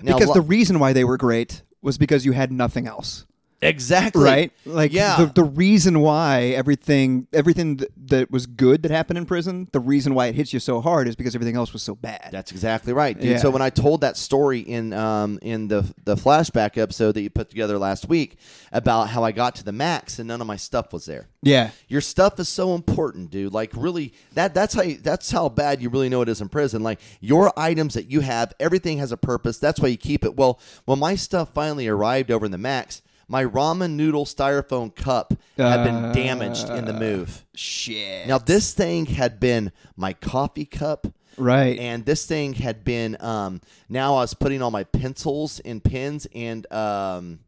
B: Now,
A: because
B: lo-
A: the reason why they were great was because you had nothing else.
B: exactly
A: right like
B: yeah,
A: the, the reason why everything everything th- that was good that happened in prison the reason why it hits you so hard is because everything else was so bad
B: That's exactly right, dude.
A: Yeah.
B: So when I told that story in um, in the the flashback episode that you put together last week about how I got to the max and none of my stuff was there.
A: yeah
B: Your stuff is so important, dude. Like really, that that's how you, that's how bad you really know it is in prison. Like your items that you have, everything has a purpose. That's why you keep it. Well, when my stuff finally arrived over in the max, my ramen noodle styrofoam cup had been damaged in the move.
A: shit
B: Now this thing had been my coffee cup,
A: right
B: and this thing had been um now I was putting all my pencils and pens and um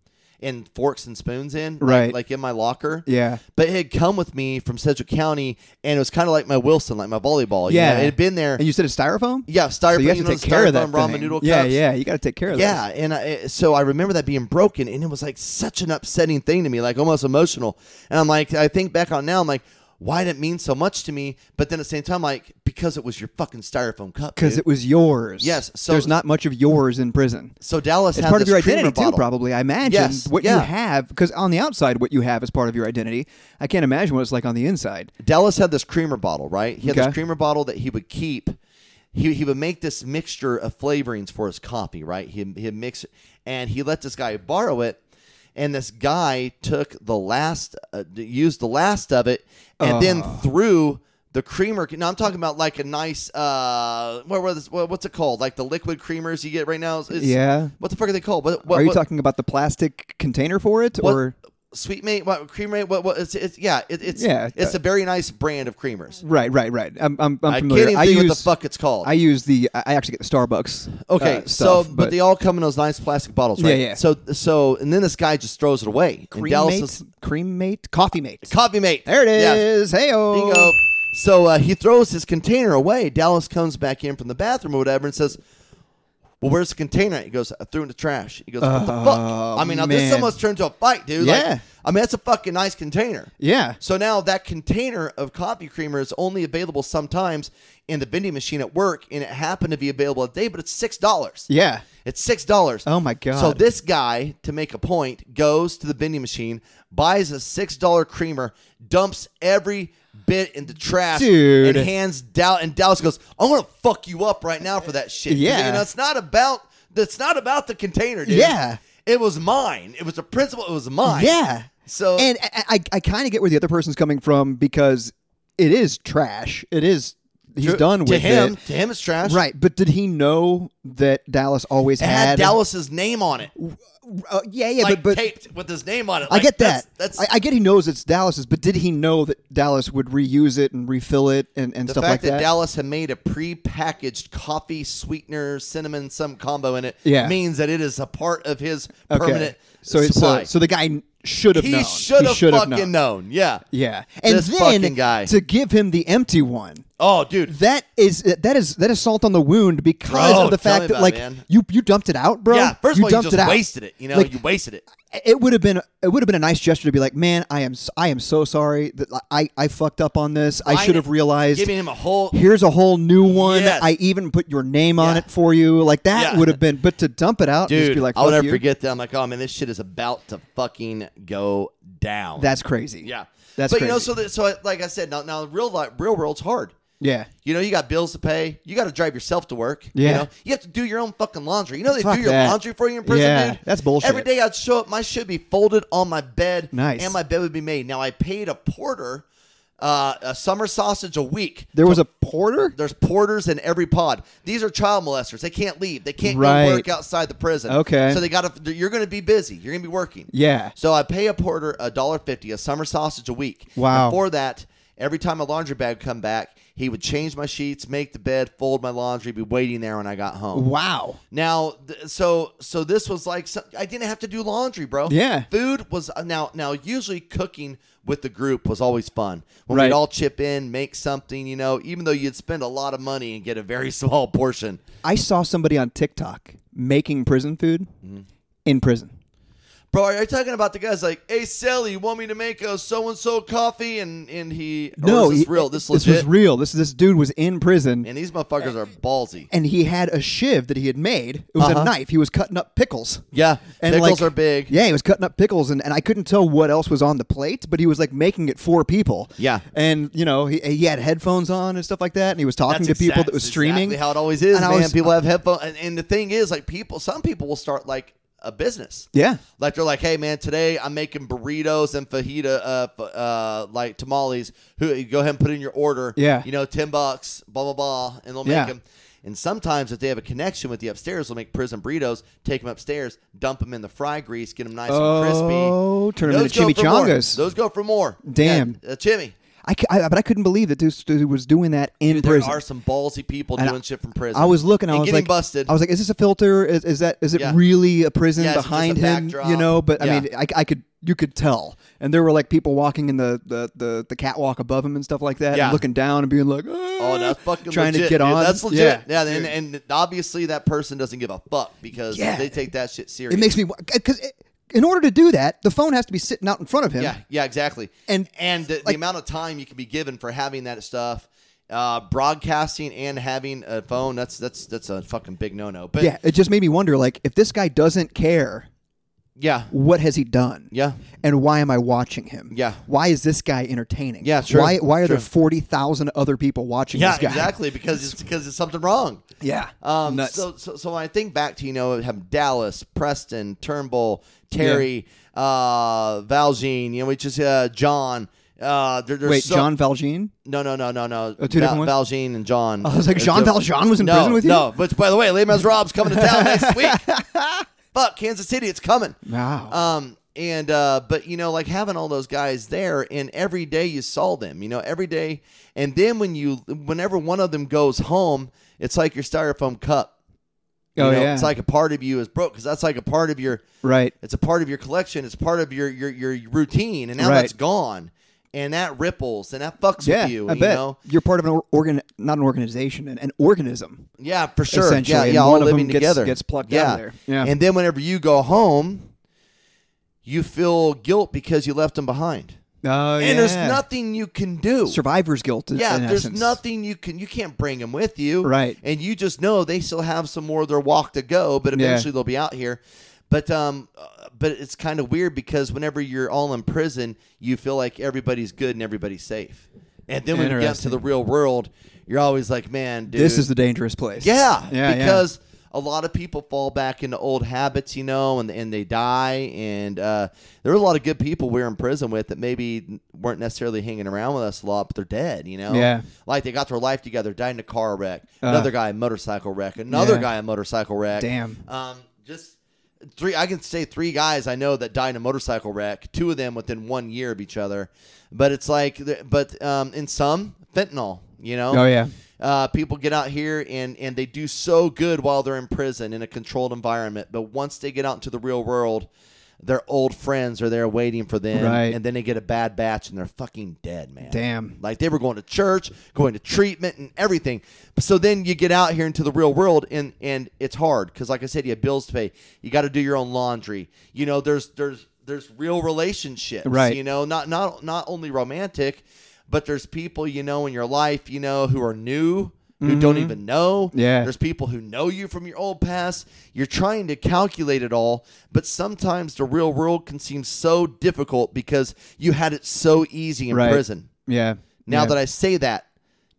B: and forks and spoons in like-
A: Right.
B: like, in my locker
A: Yeah.
B: but it had come with me from Sedgwick County and it was kind of like my Wilson like my volleyball you
A: Yeah.
B: know? it had been there
A: and you said it's styrofoam
B: yeah styrofoam
A: so you have to
B: know,
A: take care of that
B: styrofoam ramen
A: thing.
B: noodle
A: yeah
B: cups.
A: yeah you got to take care of
B: Yeah, and I, so I remember that being broken, and it was like such an upsetting thing to me, like almost emotional. And I'm like, I think back on now, I'm like, why did it mean so much to me? But then at the same time, like because it was your fucking styrofoam cup,
A: because
B: dude.
A: it was yours
B: Yes, so-
A: there's not much of yours in prison
B: so Dallas
A: it's
B: had
A: part of
B: this
A: your
B: creamer
A: identity too,
B: bottle.
A: probably. I imagine
B: Yes,
A: what you
B: yeah.
A: have, because on the outside, what you have is part of your identity. I can't imagine what it's like on the inside.
B: Dallas had this creamer bottle, right? He had
A: Okay.
B: this creamer bottle that he would keep. He, he would make this mixture of flavorings for his coffee, right? He he'd mix it, and he let this guy borrow it, and this guy took the last, uh, used the last of it, and then
A: Ah.
B: threw the creamer. Now I'm talking about like a nice, uh, what, was what, what's it called? Like the liquid creamers you get right now. It's-
A: Yeah.
B: What the fuck are they called? What, what,
A: Are you
B: what-
A: talking about the plastic container for it,
B: what-
A: or
B: Sweet mate, what creamer? What, what it's, it's yeah, it, it's
A: Yeah,
B: it's
A: uh,
B: a very nice brand of creamers.
A: Right, right, right. I'm, I'm, I'm
B: I can't
A: familiar.
B: even
A: I
B: think
A: use
B: what the fuck it's called.
A: I use the. I I actually get the Starbucks.
B: okay,
A: uh,
B: so
A: stuff,
B: but, they all come in those nice plastic bottles, right?
A: Yeah, yeah.
B: So so and then this guy just throws it away. And
A: cream
B: Dallas
A: mate,
B: is-
A: cream mate, coffee mate.
B: coffee mate.
A: there it
B: Yeah.
A: is. Hey
B: Bingo.
A: oh,
B: So uh, he throws his container away. Dallas comes back in from the bathroom or whatever and says, "Well, where's the container?" at?" He goes, "I threw it in the trash." He goes, "What the
A: Oh,
B: fuck?" I mean, now this
A: man.
B: almost turned to a fight, dude. Like,
A: Yeah.
B: I mean, that's a fucking nice container.
A: yeah.
B: So now that container of coffee creamer is only available sometimes in the vending machine at work, and it happened to be available today, but it's six dollars.
A: Yeah.
B: It's six dollars.
A: Oh, my God.
B: So this guy, to make a point, goes to the vending machine, buys a six dollar creamer, dumps every bit in the trash,
A: Dude.
B: and hands Dallas. And Dallas goes, "I'm gonna fuck you up right now for that shit."
A: Yeah.
B: you know, it's not about that's not about the container, dude.
A: Yeah.
B: it was mine. It was a principle. It was mine.
A: Yeah.
B: So-
A: and I, I, I kind of get where the other person's coming from because it is trash. It is. He's done
B: to
A: with
B: him.
A: it.
B: To him, it's trash.
A: Right, but did he know that Dallas always
B: It
A: had,
B: had Dallas's name on it,
A: Uh, yeah, yeah,
B: like
A: but, but
B: taped with his name on it.
A: I
B: Like,
A: get
B: that's-
A: that.
B: That's,
A: I, I get he knows it's Dallas's, but did he know that Dallas would reuse it and refill it and, and
B: The
A: stuff
B: fact
A: like
B: that,
A: that?
B: Dallas had made a pre-packaged coffee sweetener, cinnamon, some combo in it
A: Yeah.
B: means that it is a part of his
A: Okay.
B: permanent
A: so, it's-
B: supply.
A: So, so the guy should have
B: he
A: known.
B: should have
A: should
B: fucking known. Yeah.
A: Yeah, and
B: This
A: then
B: fucking guy.
A: to give him the empty one.
B: Oh, dude.
A: That is that is that is salt on the wound because
B: Bro,
A: of the
B: tell
A: fact
B: me
A: that
B: about it,
A: like
B: man.
A: you you dumped it out, bro.
B: yeah. First
A: you
B: of all,
A: dumped
B: you
A: it out.
B: just wasted it. You know,
A: Like,
B: you wasted it.
A: it would have been it would have been a nice gesture to be like, man, I am s- I am so sorry that I I fucked up on this. I
B: Buying
A: should have
B: it,
A: realized.
B: giving him a whole-
A: Here's a whole new one.
B: Yes.
A: I even put your name on
B: Yeah.
A: it for you. Like that
B: Yeah.
A: would have been. But to dump it out, and
B: Dude,
A: just be like,
B: I'll
A: fuck
B: never
A: you,
B: forget that. I'm like, oh man, this shit is about to fucking go down.
A: That's crazy.
B: yeah.
A: that's
B: but
A: crazy.
B: you know, so that, so like I said, now now real life, real world's hard.
A: yeah,
B: You know, you got bills to pay. You got to drive yourself to work.
A: Yeah.
B: You know, you have to do your own fucking laundry. You know, they
A: Fuck
B: do your
A: that.
B: laundry for you in prison,
A: Yeah,
B: dude.
A: that's bullshit.
B: Every day I'd show up, my shit would be folded on my bed.
A: Nice.
B: And my bed would be made. Now, I paid a porter uh, a summer sausage a week.
A: there was a porter.
B: There's porters in every pod. These are child molesters. They can't leave. They can't
A: Right.
B: go work outside the prison.
A: Okay.
B: So they got to. You're going to be busy. You're going to be working.
A: Yeah.
B: So I pay a porter a dollar fifty, a summer sausage a week.
A: Wow.
B: Before that, every time a laundry bag would come back, He would change my sheets, make the bed, fold my laundry, be waiting there when I got home.
A: Wow.
B: Now, th- so so this was like some, I didn't have to do laundry, bro.
A: Yeah.
B: food was uh, now now usually cooking with the group was always fun when
A: Right.
B: we'd all chip in, make something. You know, even though you'd spend a lot of money and get a very small portion.
A: I saw somebody on TikTok making prison food
B: Mm-hmm.
A: in prison.
B: Bro, are you talking about the guys like, hey Sally, you want me to make a so and so coffee? And and he or is Oh, this
A: he-
B: real, this
A: this was
B: legit.
A: real. This this dude was in prison.
B: and these motherfuckers are ballsy.
A: and he had a shiv that he had made. It was
B: Uh-huh.
A: a knife. He was cutting up pickles.
B: Yeah,
A: And
B: pickles
A: like-
B: are big.
A: Yeah, he was cutting up pickles, and, and I couldn't tell what else was on the plate, but he was like making it for people.
B: Yeah.
A: and you know he, he had headphones on and stuff like that, and he was talking
B: That's
A: to people
B: exact-
A: that was
B: that's
A: streaming.
B: Exactly how it always is,
A: And I
B: man.
A: was-
B: people have headphones, and, and the thing is, like people, some people will start like a business.
A: yeah,
B: Like they're like, hey man, today I'm making burritos and fajita, uh, f- uh, like tamales. Who go ahead and put in your order.
A: Yeah.
B: you know, ten bucks, blah blah blah, and they'll make
A: Yeah.
B: them. And sometimes if they have a connection with the upstairs, they'll make prison burritos, take them upstairs, dump them in the fry grease, get them nice and crispy.
A: Oh, turn 'em
B: Those
A: into
B: go for more.
A: chimichangas.
B: Those go for more.
A: Damn.
B: yeah, uh, a chimmy.
A: I, ca- I- but I couldn't believe that this dude was doing that in
B: Dude,
A: prison.
B: There are some ballsy people
A: And I-
B: doing shit from prison.
A: I was looking. I
B: and
A: was
B: getting
A: like,
B: busted.
A: I was like, is this a filter? Is, is that is it
B: Yeah.
A: really a prison
B: Yeah, it's just a
A: behind him?
B: backdrop.
A: You know, but
B: Yeah.
A: I mean, I, I could you could tell, and there were like people walking in the the, the, the catwalk above him and stuff like that,
B: Yeah.
A: and looking down and being like, "Ah,"
B: oh, that's fucking
A: trying
B: legit,
A: to get
B: dude.
A: on.
B: That's legit.
A: Yeah,
B: Yeah, and, and obviously that person doesn't give a fuck because
A: Yeah.
B: they take that shit serious.
A: it makes me because in order to do that, the phone has to be sitting out in front of him.
B: yeah, yeah, exactly.
A: And-
B: and the, the
A: like-
B: amount of time you can be given for having that stuff, uh, broadcasting and having a phone that's that's that's a fucking big no no. But
A: yeah. It just made me wonder, like, if this guy doesn't care,
B: yeah,
A: what has he done?
B: yeah.
A: and why am I watching him?
B: Yeah.
A: Why is this guy entertaining?
B: Yeah, true,
A: Why why are
B: true.
A: there forty thousand other people watching
B: Yeah,
A: this guy?
B: exactly. Because it's because it's something wrong.
A: Yeah.
B: Um,
A: Nuts.
B: So, so, so when I think back to you know have Dallas, Preston, Turnbull, Terry, uh, Valjean, you know, which is uh, John. Uh, there, there's
A: Wait,
B: so-
A: John Valjean?
B: No, no, no, no, no.
A: Oh, two different ones?
B: Valjean and John.
A: I was like,
B: It's
A: Jean
B: a-
A: Valjean was in
B: no,
A: prison with you?
B: No, but by the way, Les Rob's coming to town next week. Fuck, Kansas City, it's coming.
A: Wow.
B: Um, and uh, but you know, like having all those guys there, and every day you saw them, you know, every day. And then when you, whenever one of them goes home, it's like your styrofoam cup. You
A: oh
B: know,
A: yeah.
B: it's like a part of you is broke because that's like a part of your
A: right.
B: it's a part of your collection. It's part of your your, your routine, and now
A: Right.
B: that's gone, and that ripples and that fucks
A: Yeah,
B: with you.
A: I
B: you
A: bet
B: know,
A: you're part of an or- organ, not an organization, an, an organism.
B: yeah, for sure,
A: Essentially,
B: yeah,
A: and
B: yeah, all
A: one of
B: living
A: them gets-
B: together
A: gets plucked
B: yeah.
A: out of there. Yeah.
B: and then whenever you go home, you feel guilt because you left them behind,
A: Oh
B: and there's nothing you can do.
A: survivor's guilt. in-
B: yeah,
A: in
B: there's
A: essence.
B: nothing you can you can't bring them with you,
A: Right.
B: And you just know they still have some more of their walk to go, but
A: Yeah.
B: eventually they'll be out here. But um, uh, but it's kind of weird because whenever you're all in prison, you feel like everybody's good and everybody's safe, and then when you get to
A: Interesting.
B: the real world, you're always like, man, dude,
A: This is the dangerous place.
B: yeah,
A: Yeah.
B: because a lot of people fall back into old habits, you know, and and they die. And uh, there are a lot of good people we were in prison with that maybe weren't necessarily hanging around with us a lot, but they're dead, you know.
A: Yeah. Uh.
B: like they got their life together, died in a car wreck, another guy a motorcycle wreck, another
A: Yeah.
B: guy a motorcycle wreck.
A: Damn.
B: Um, just three. I can say three guys I know that died in a motorcycle wreck. Two of them within one year of each other. But it's like, but um, in some fentanyl, you know.
A: Oh, yeah.
B: Uh, people get out here and and they do so good while they're in prison in a controlled environment, but once they get out into the real world. Their old friends are there waiting for them,
A: Right.
B: and then they get a bad batch, and they're fucking dead, man.
A: Damn.
B: Like they were going to church, going to treatment, and everything. So then you get out here into the real world, and and it's hard because, like I said, you have bills to pay. You got to do your own laundry. You know, there's there's there's real relationships.
A: Right.
B: You know, not not not only romantic, but there's people you know in your life you know who are new. Who don't even know.
A: Mm-hmm. Yeah.
B: There's people who know you from your old past. You're trying to calculate it all, but sometimes the real world can seem so difficult because you had it so easy in
A: Right.
B: prison.
A: Yeah.
B: Now
A: yeah.
B: that I say that,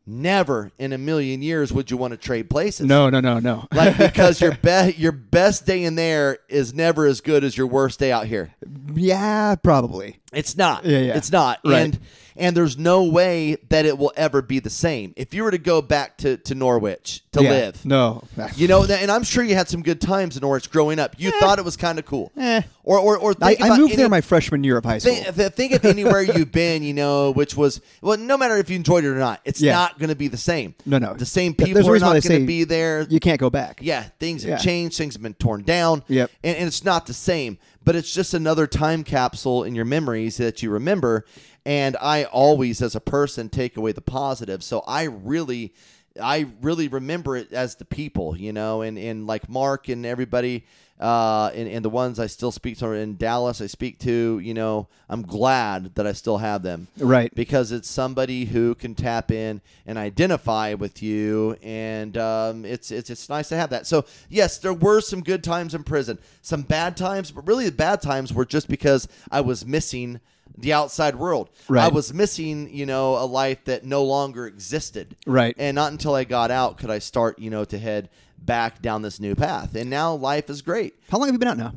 B: never in a million years would you want to trade places.
A: no, no, no, no.
B: Like because your best your best day in there is never as good as your worst day out here.
A: yeah, probably.
B: It's not.
A: Yeah, yeah.
B: It's not.
A: Right.
B: And and there's no way that it will ever be the same. If you were to go back to, to Norwich to
A: Yeah.
B: live,
A: No.
B: you know, and I'm sure you had some good times in Norwich growing up. You thought it was kind of cool.
A: Eh.
B: Or or or
A: I,
B: think
A: I
B: about
A: moved there
B: any-
A: my freshman year of high school.
B: Think, th- think of anywhere you've been, you know, which was well, no matter if you enjoyed it or not, it's
A: Yeah.
B: not going to be the same.
A: No, no.
B: the same
A: Th-
B: people
A: there's a
B: are
A: reason why
B: not
A: they
B: going to
A: say
B: be there.
A: you can't go back.
B: Yeah, things have
A: Yeah.
B: changed. Things have been torn down.
A: Yep.
B: And, and it's not the same, but it's just another time capsule in your memories that you remember. And I always, as a person, take away the positive. So I really, I really remember it as the people, you know, and, and like Mark and everybody, uh, and, and the ones I still speak to in Dallas, I speak to, you know, I'm glad that I still have them.
A: Right.
B: Because it's somebody who can tap in and identify with you, and um, it's it's it's nice to have that. So yes, there were some good times in prison, some bad times, but really the bad times were just because I was missing the outside world.
A: Right.
B: I was missing, you know, a life that no longer existed.
A: Right.
B: And not until I got out could I start, you know, to head back down this new path. And now life is great,
A: How long have you been out now?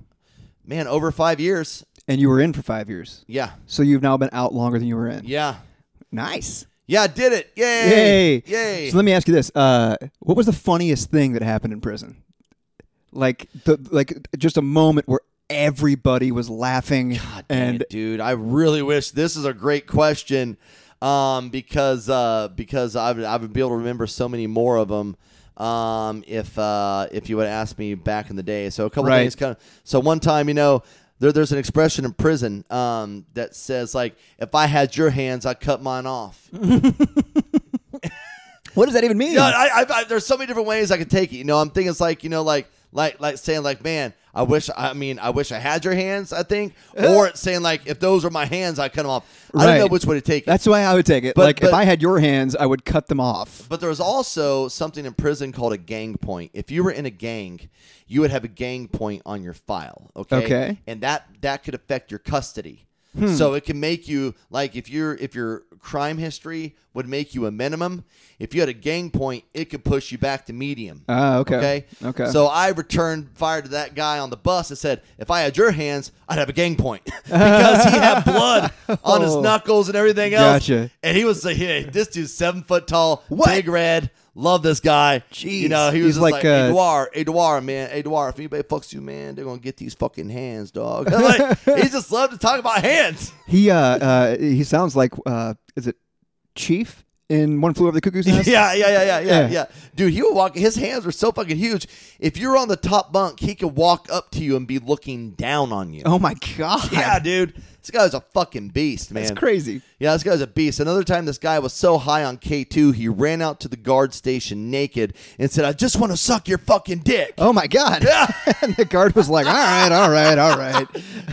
B: man. Over five years,
A: And you were in for five years.
B: yeah,
A: So you've now been out longer than you were in.
B: yeah,
A: Nice.
B: yeah. I Did it? Yay!
A: Yay.
B: Yay!
A: So let me ask you this. Uh, what was the funniest thing that happened in prison? Like the like just a moment where everybody was laughing
B: Dang
A: and
B: it, dude, I really wish this is a great question um, because uh, because I would, I would be able to remember so many more of them um, if uh, if you would ask me back in the day. So a couple
A: Right.
B: things kind of. So one time, you know. There, there's an expression in prison um, that says like, "If I had your hands, I'd cut mine off."
A: what does that even mean?
B: Yeah, I, I, I, there's so many different ways I could take it. You know, I'm thinking it's like you know, like like like saying like, man, I wish. I mean, I wish I had your hands. I think, or it's saying like, if those are my hands, I cut them off. I don't know
A: Right.
B: which way to take it.
A: That's the way I would take it.
B: But-
A: like
B: but-
A: if I had your hands, I would cut them off.
B: But there was also something in prison called a gang point. If you were in a gang, you would have a gang point on your file. Okay.
A: Okay. Hmm.
B: And that that could affect your custody. So it can make you like if your if your crime history would make you a minimum. If you had a gang point, it could push you back to medium.
A: Ah, okay.
B: Okay.
A: Okay.
B: So I returned fire to that guy on the bus and said, "If I had your hands, I'd have a gang point because he had blood on his
A: Oh.
B: knuckles and everything else."
A: Gotcha.
B: And he was like, yeah, this dude's seven foot tall,
A: What?
B: big red. Love this guy.
A: Jeez.
B: You know, he was
A: He's
B: just like,
A: like, uh,
B: Edouard, Edouard, man, Edouard. If anybody fucks you, man, they're gonna get these fucking hands, dog. like, he just loved to talk about hands.
A: He uh, uh he sounds like uh is it Chief in One Flew Over the Cuckoo's Nest?
B: Yeah, yeah, yeah, yeah, yeah,
A: Yeah.
B: yeah. Dude, he would walk. His hands were so fucking huge. If you're on the top bunk, he could walk up to you and be looking down on you.
A: Oh my god.
B: Yeah, dude. This guy's a fucking beast, man.
A: That's crazy.
B: Yeah, this guy's a beast. Another time, this guy was so high on K2, he ran out to the guard station naked and said, I just want to suck your fucking dick.
A: Oh my god. and the guard was like, "All right, all right, all right."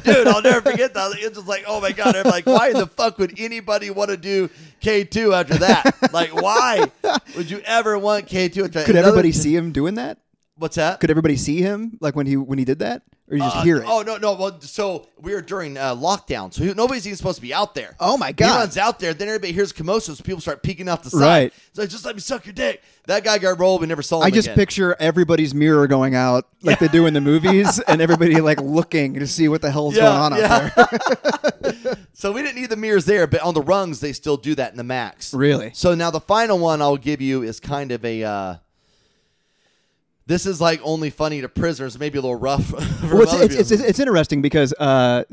B: Dude, I'll never forget that. It's just like, oh my God. I'm like, why the fuck would anybody want to do K2 after that? Like, why would you ever want K2 after that?
A: Could
B: Another-
A: everybody see him doing that?
B: What's that?
A: Could everybody see him like when he when he did that? Or you just hear it?
B: Oh no, no. Well, so we were during uh, lockdown, so he- nobody's even supposed to be out there.
A: Oh, my
B: He
A: God.
B: runs out there, then everybody hears commotion, so people start peeking out the side.
A: Right.
B: He's like, just let me suck your dick. That guy got rolled. We never saw him.
A: I just
B: again.
A: picture everybody's mirror going out like they do in the movies and everybody like looking to see what the hell's
B: Yeah,
A: going on out there.
B: So we didn't need the mirrors there, but on the rungs they still do that in the max.
A: Really?
B: So now the final one I'll give you is kind of a. Uh, this is like only funny to prisoners, maybe a little rough. for
A: Well, it's,
B: other
A: it's, it's,
B: people.
A: it's interesting because uh,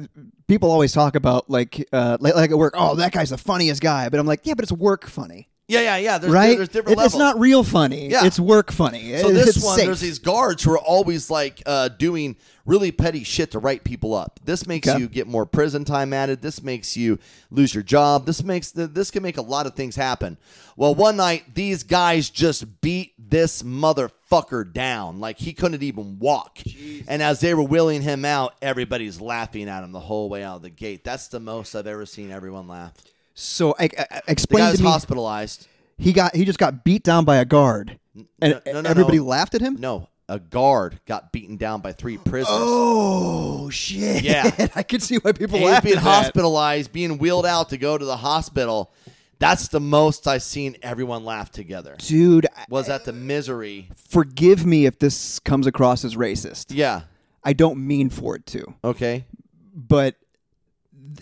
A: people always talk about like, uh, like like at work, oh that guy's the funniest guy, but I'm like, yeah, but it's work funny,
B: yeah, yeah, yeah. There's,
A: right?
B: There's different
A: It-
B: levels.
A: It's not real funny.
B: Yeah.
A: it's work funny.
B: So
A: It-
B: this
A: it's
B: one,
A: safe.
B: there's these guards who are always like uh, doing really petty shit to write people up. This makes
A: Okay.
B: you get more prison time added. This makes you lose your job. This makes th- this can make a lot of things happen. Well, one night these guys just beat this motherfucker down like he couldn't even walk. And as they were wheeling him out, everybody's laughing at him the whole way out of the gate. That's the most I've ever seen everyone laugh.
A: So I, I- I,
B: The guy
A: explain
B: was
A: to me,
B: hospitalized.
A: he got he just got beat down by a guard, and
B: no, no, no.
A: everybody laughed at him.
B: No, a guard got beaten down by three prisoners.
A: Oh shit!
B: Yeah.
A: I could see why people
B: He was
A: laughed
B: being
A: at that.
B: hospitalized, being wheeled out to go to the hospital. That's the most I've seen everyone laugh together.
A: Dude, I-
B: Was at the misery.
A: forgive me if this comes across as racist.
B: Yeah.
A: I don't mean for it to,
B: Okay.
A: but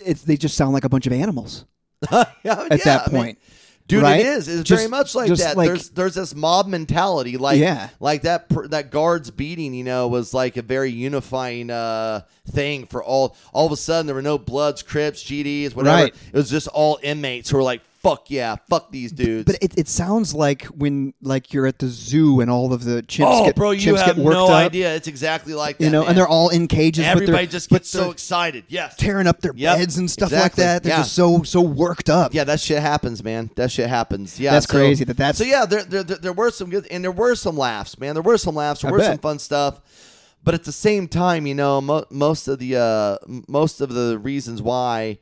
A: it's, they just sound like a bunch of animals
B: Yeah,
A: at
B: yeah,
A: that
B: I mean,
A: point.
B: Dude,
A: right?
B: it is. It's very
A: Just-
B: much like
A: just
B: that.
A: like-
B: there's there's this mob mentality, like
A: Yeah.
B: like that per, that guards beating. You know, was like a very unifying uh, thing for all. All of a sudden, there were no Bloods, Crips, GDs, whatever.
A: Right.
B: It was just all inmates who were like, "Fuck yeah, fuck these dudes."
A: But it, it sounds like when like you're at the zoo and all of the chimps
B: oh,
A: get
B: bro, you
A: chimps
B: have
A: get worked
B: no
A: up,
B: idea. It's exactly like that.
A: you know,
B: man.
A: and they're all in cages. but
B: everybody
A: they're,
B: just
A: but
B: gets so
A: they're
B: excited. Yes,
A: tearing up their
B: Yep,
A: beds and stuff like
B: exactly.
A: that. They're
B: Yeah.
A: just so so worked up.
B: Yeah, that shit happens, man. That shit happens. Yeah,
A: That's
B: so-
A: crazy that that's-
B: so. Yeah, there, there, there there were some good and there were some laughs, man. There were some laughs. There
A: I
B: were some
A: bet.
B: fun stuff. But at the same time, you know, mo- most of the uh, m- most of the reasons why.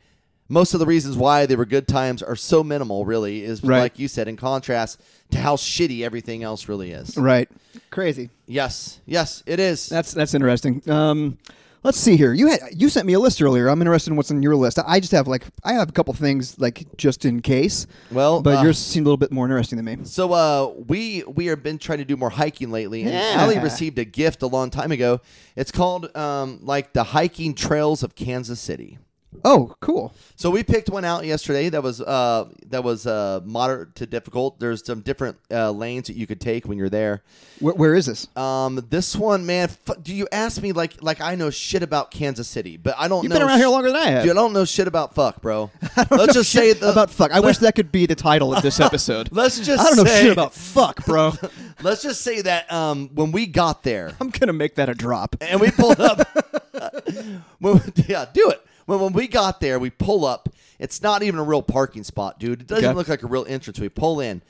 B: Most of the reasons why they were good times are so minimal, really, is
A: Right.
B: like you said, in contrast to how shitty everything else really is.
A: Right. Crazy.
B: Yes, yes, it is.
A: That's that's interesting. Um, let's see here. You had you sent me a list earlier. I'm interested in what's on your list. I just have like I have a couple things like just in case.
B: Well,
A: but
B: uh,
A: yours seemed a little bit more interesting than me.
B: So uh, we we have been trying to do more hiking lately, and
A: Yeah.
B: Allie received a gift a long time ago. It's called um, like the hiking trails of Kansas City.
A: Oh, cool.
B: So we picked one out yesterday that was uh, that was uh, moderate to difficult. There's some different uh, lanes that you could take when you're there.
A: Where, where is this?
B: Um, this one, man, f- do you ask me like like I know shit about Kansas City, but I don't.
A: You've
B: know
A: been around here
B: sh-
A: longer than I have.
B: Dude, I don't know shit about fuck, bro. Let's just say the,
A: about fuck. I wish that could be the title of this episode.
B: Let's just
A: I don't know
B: say-
A: shit about fuck, bro.
B: Let's just say that um, when we got there,
A: I'm gonna make that a drop.
B: and we pulled up. when, yeah, do it. When, when we got there, we pull up. It's not even a real parking spot, dude. It doesn't
A: Okay.
B: look like a real entrance. We pull in.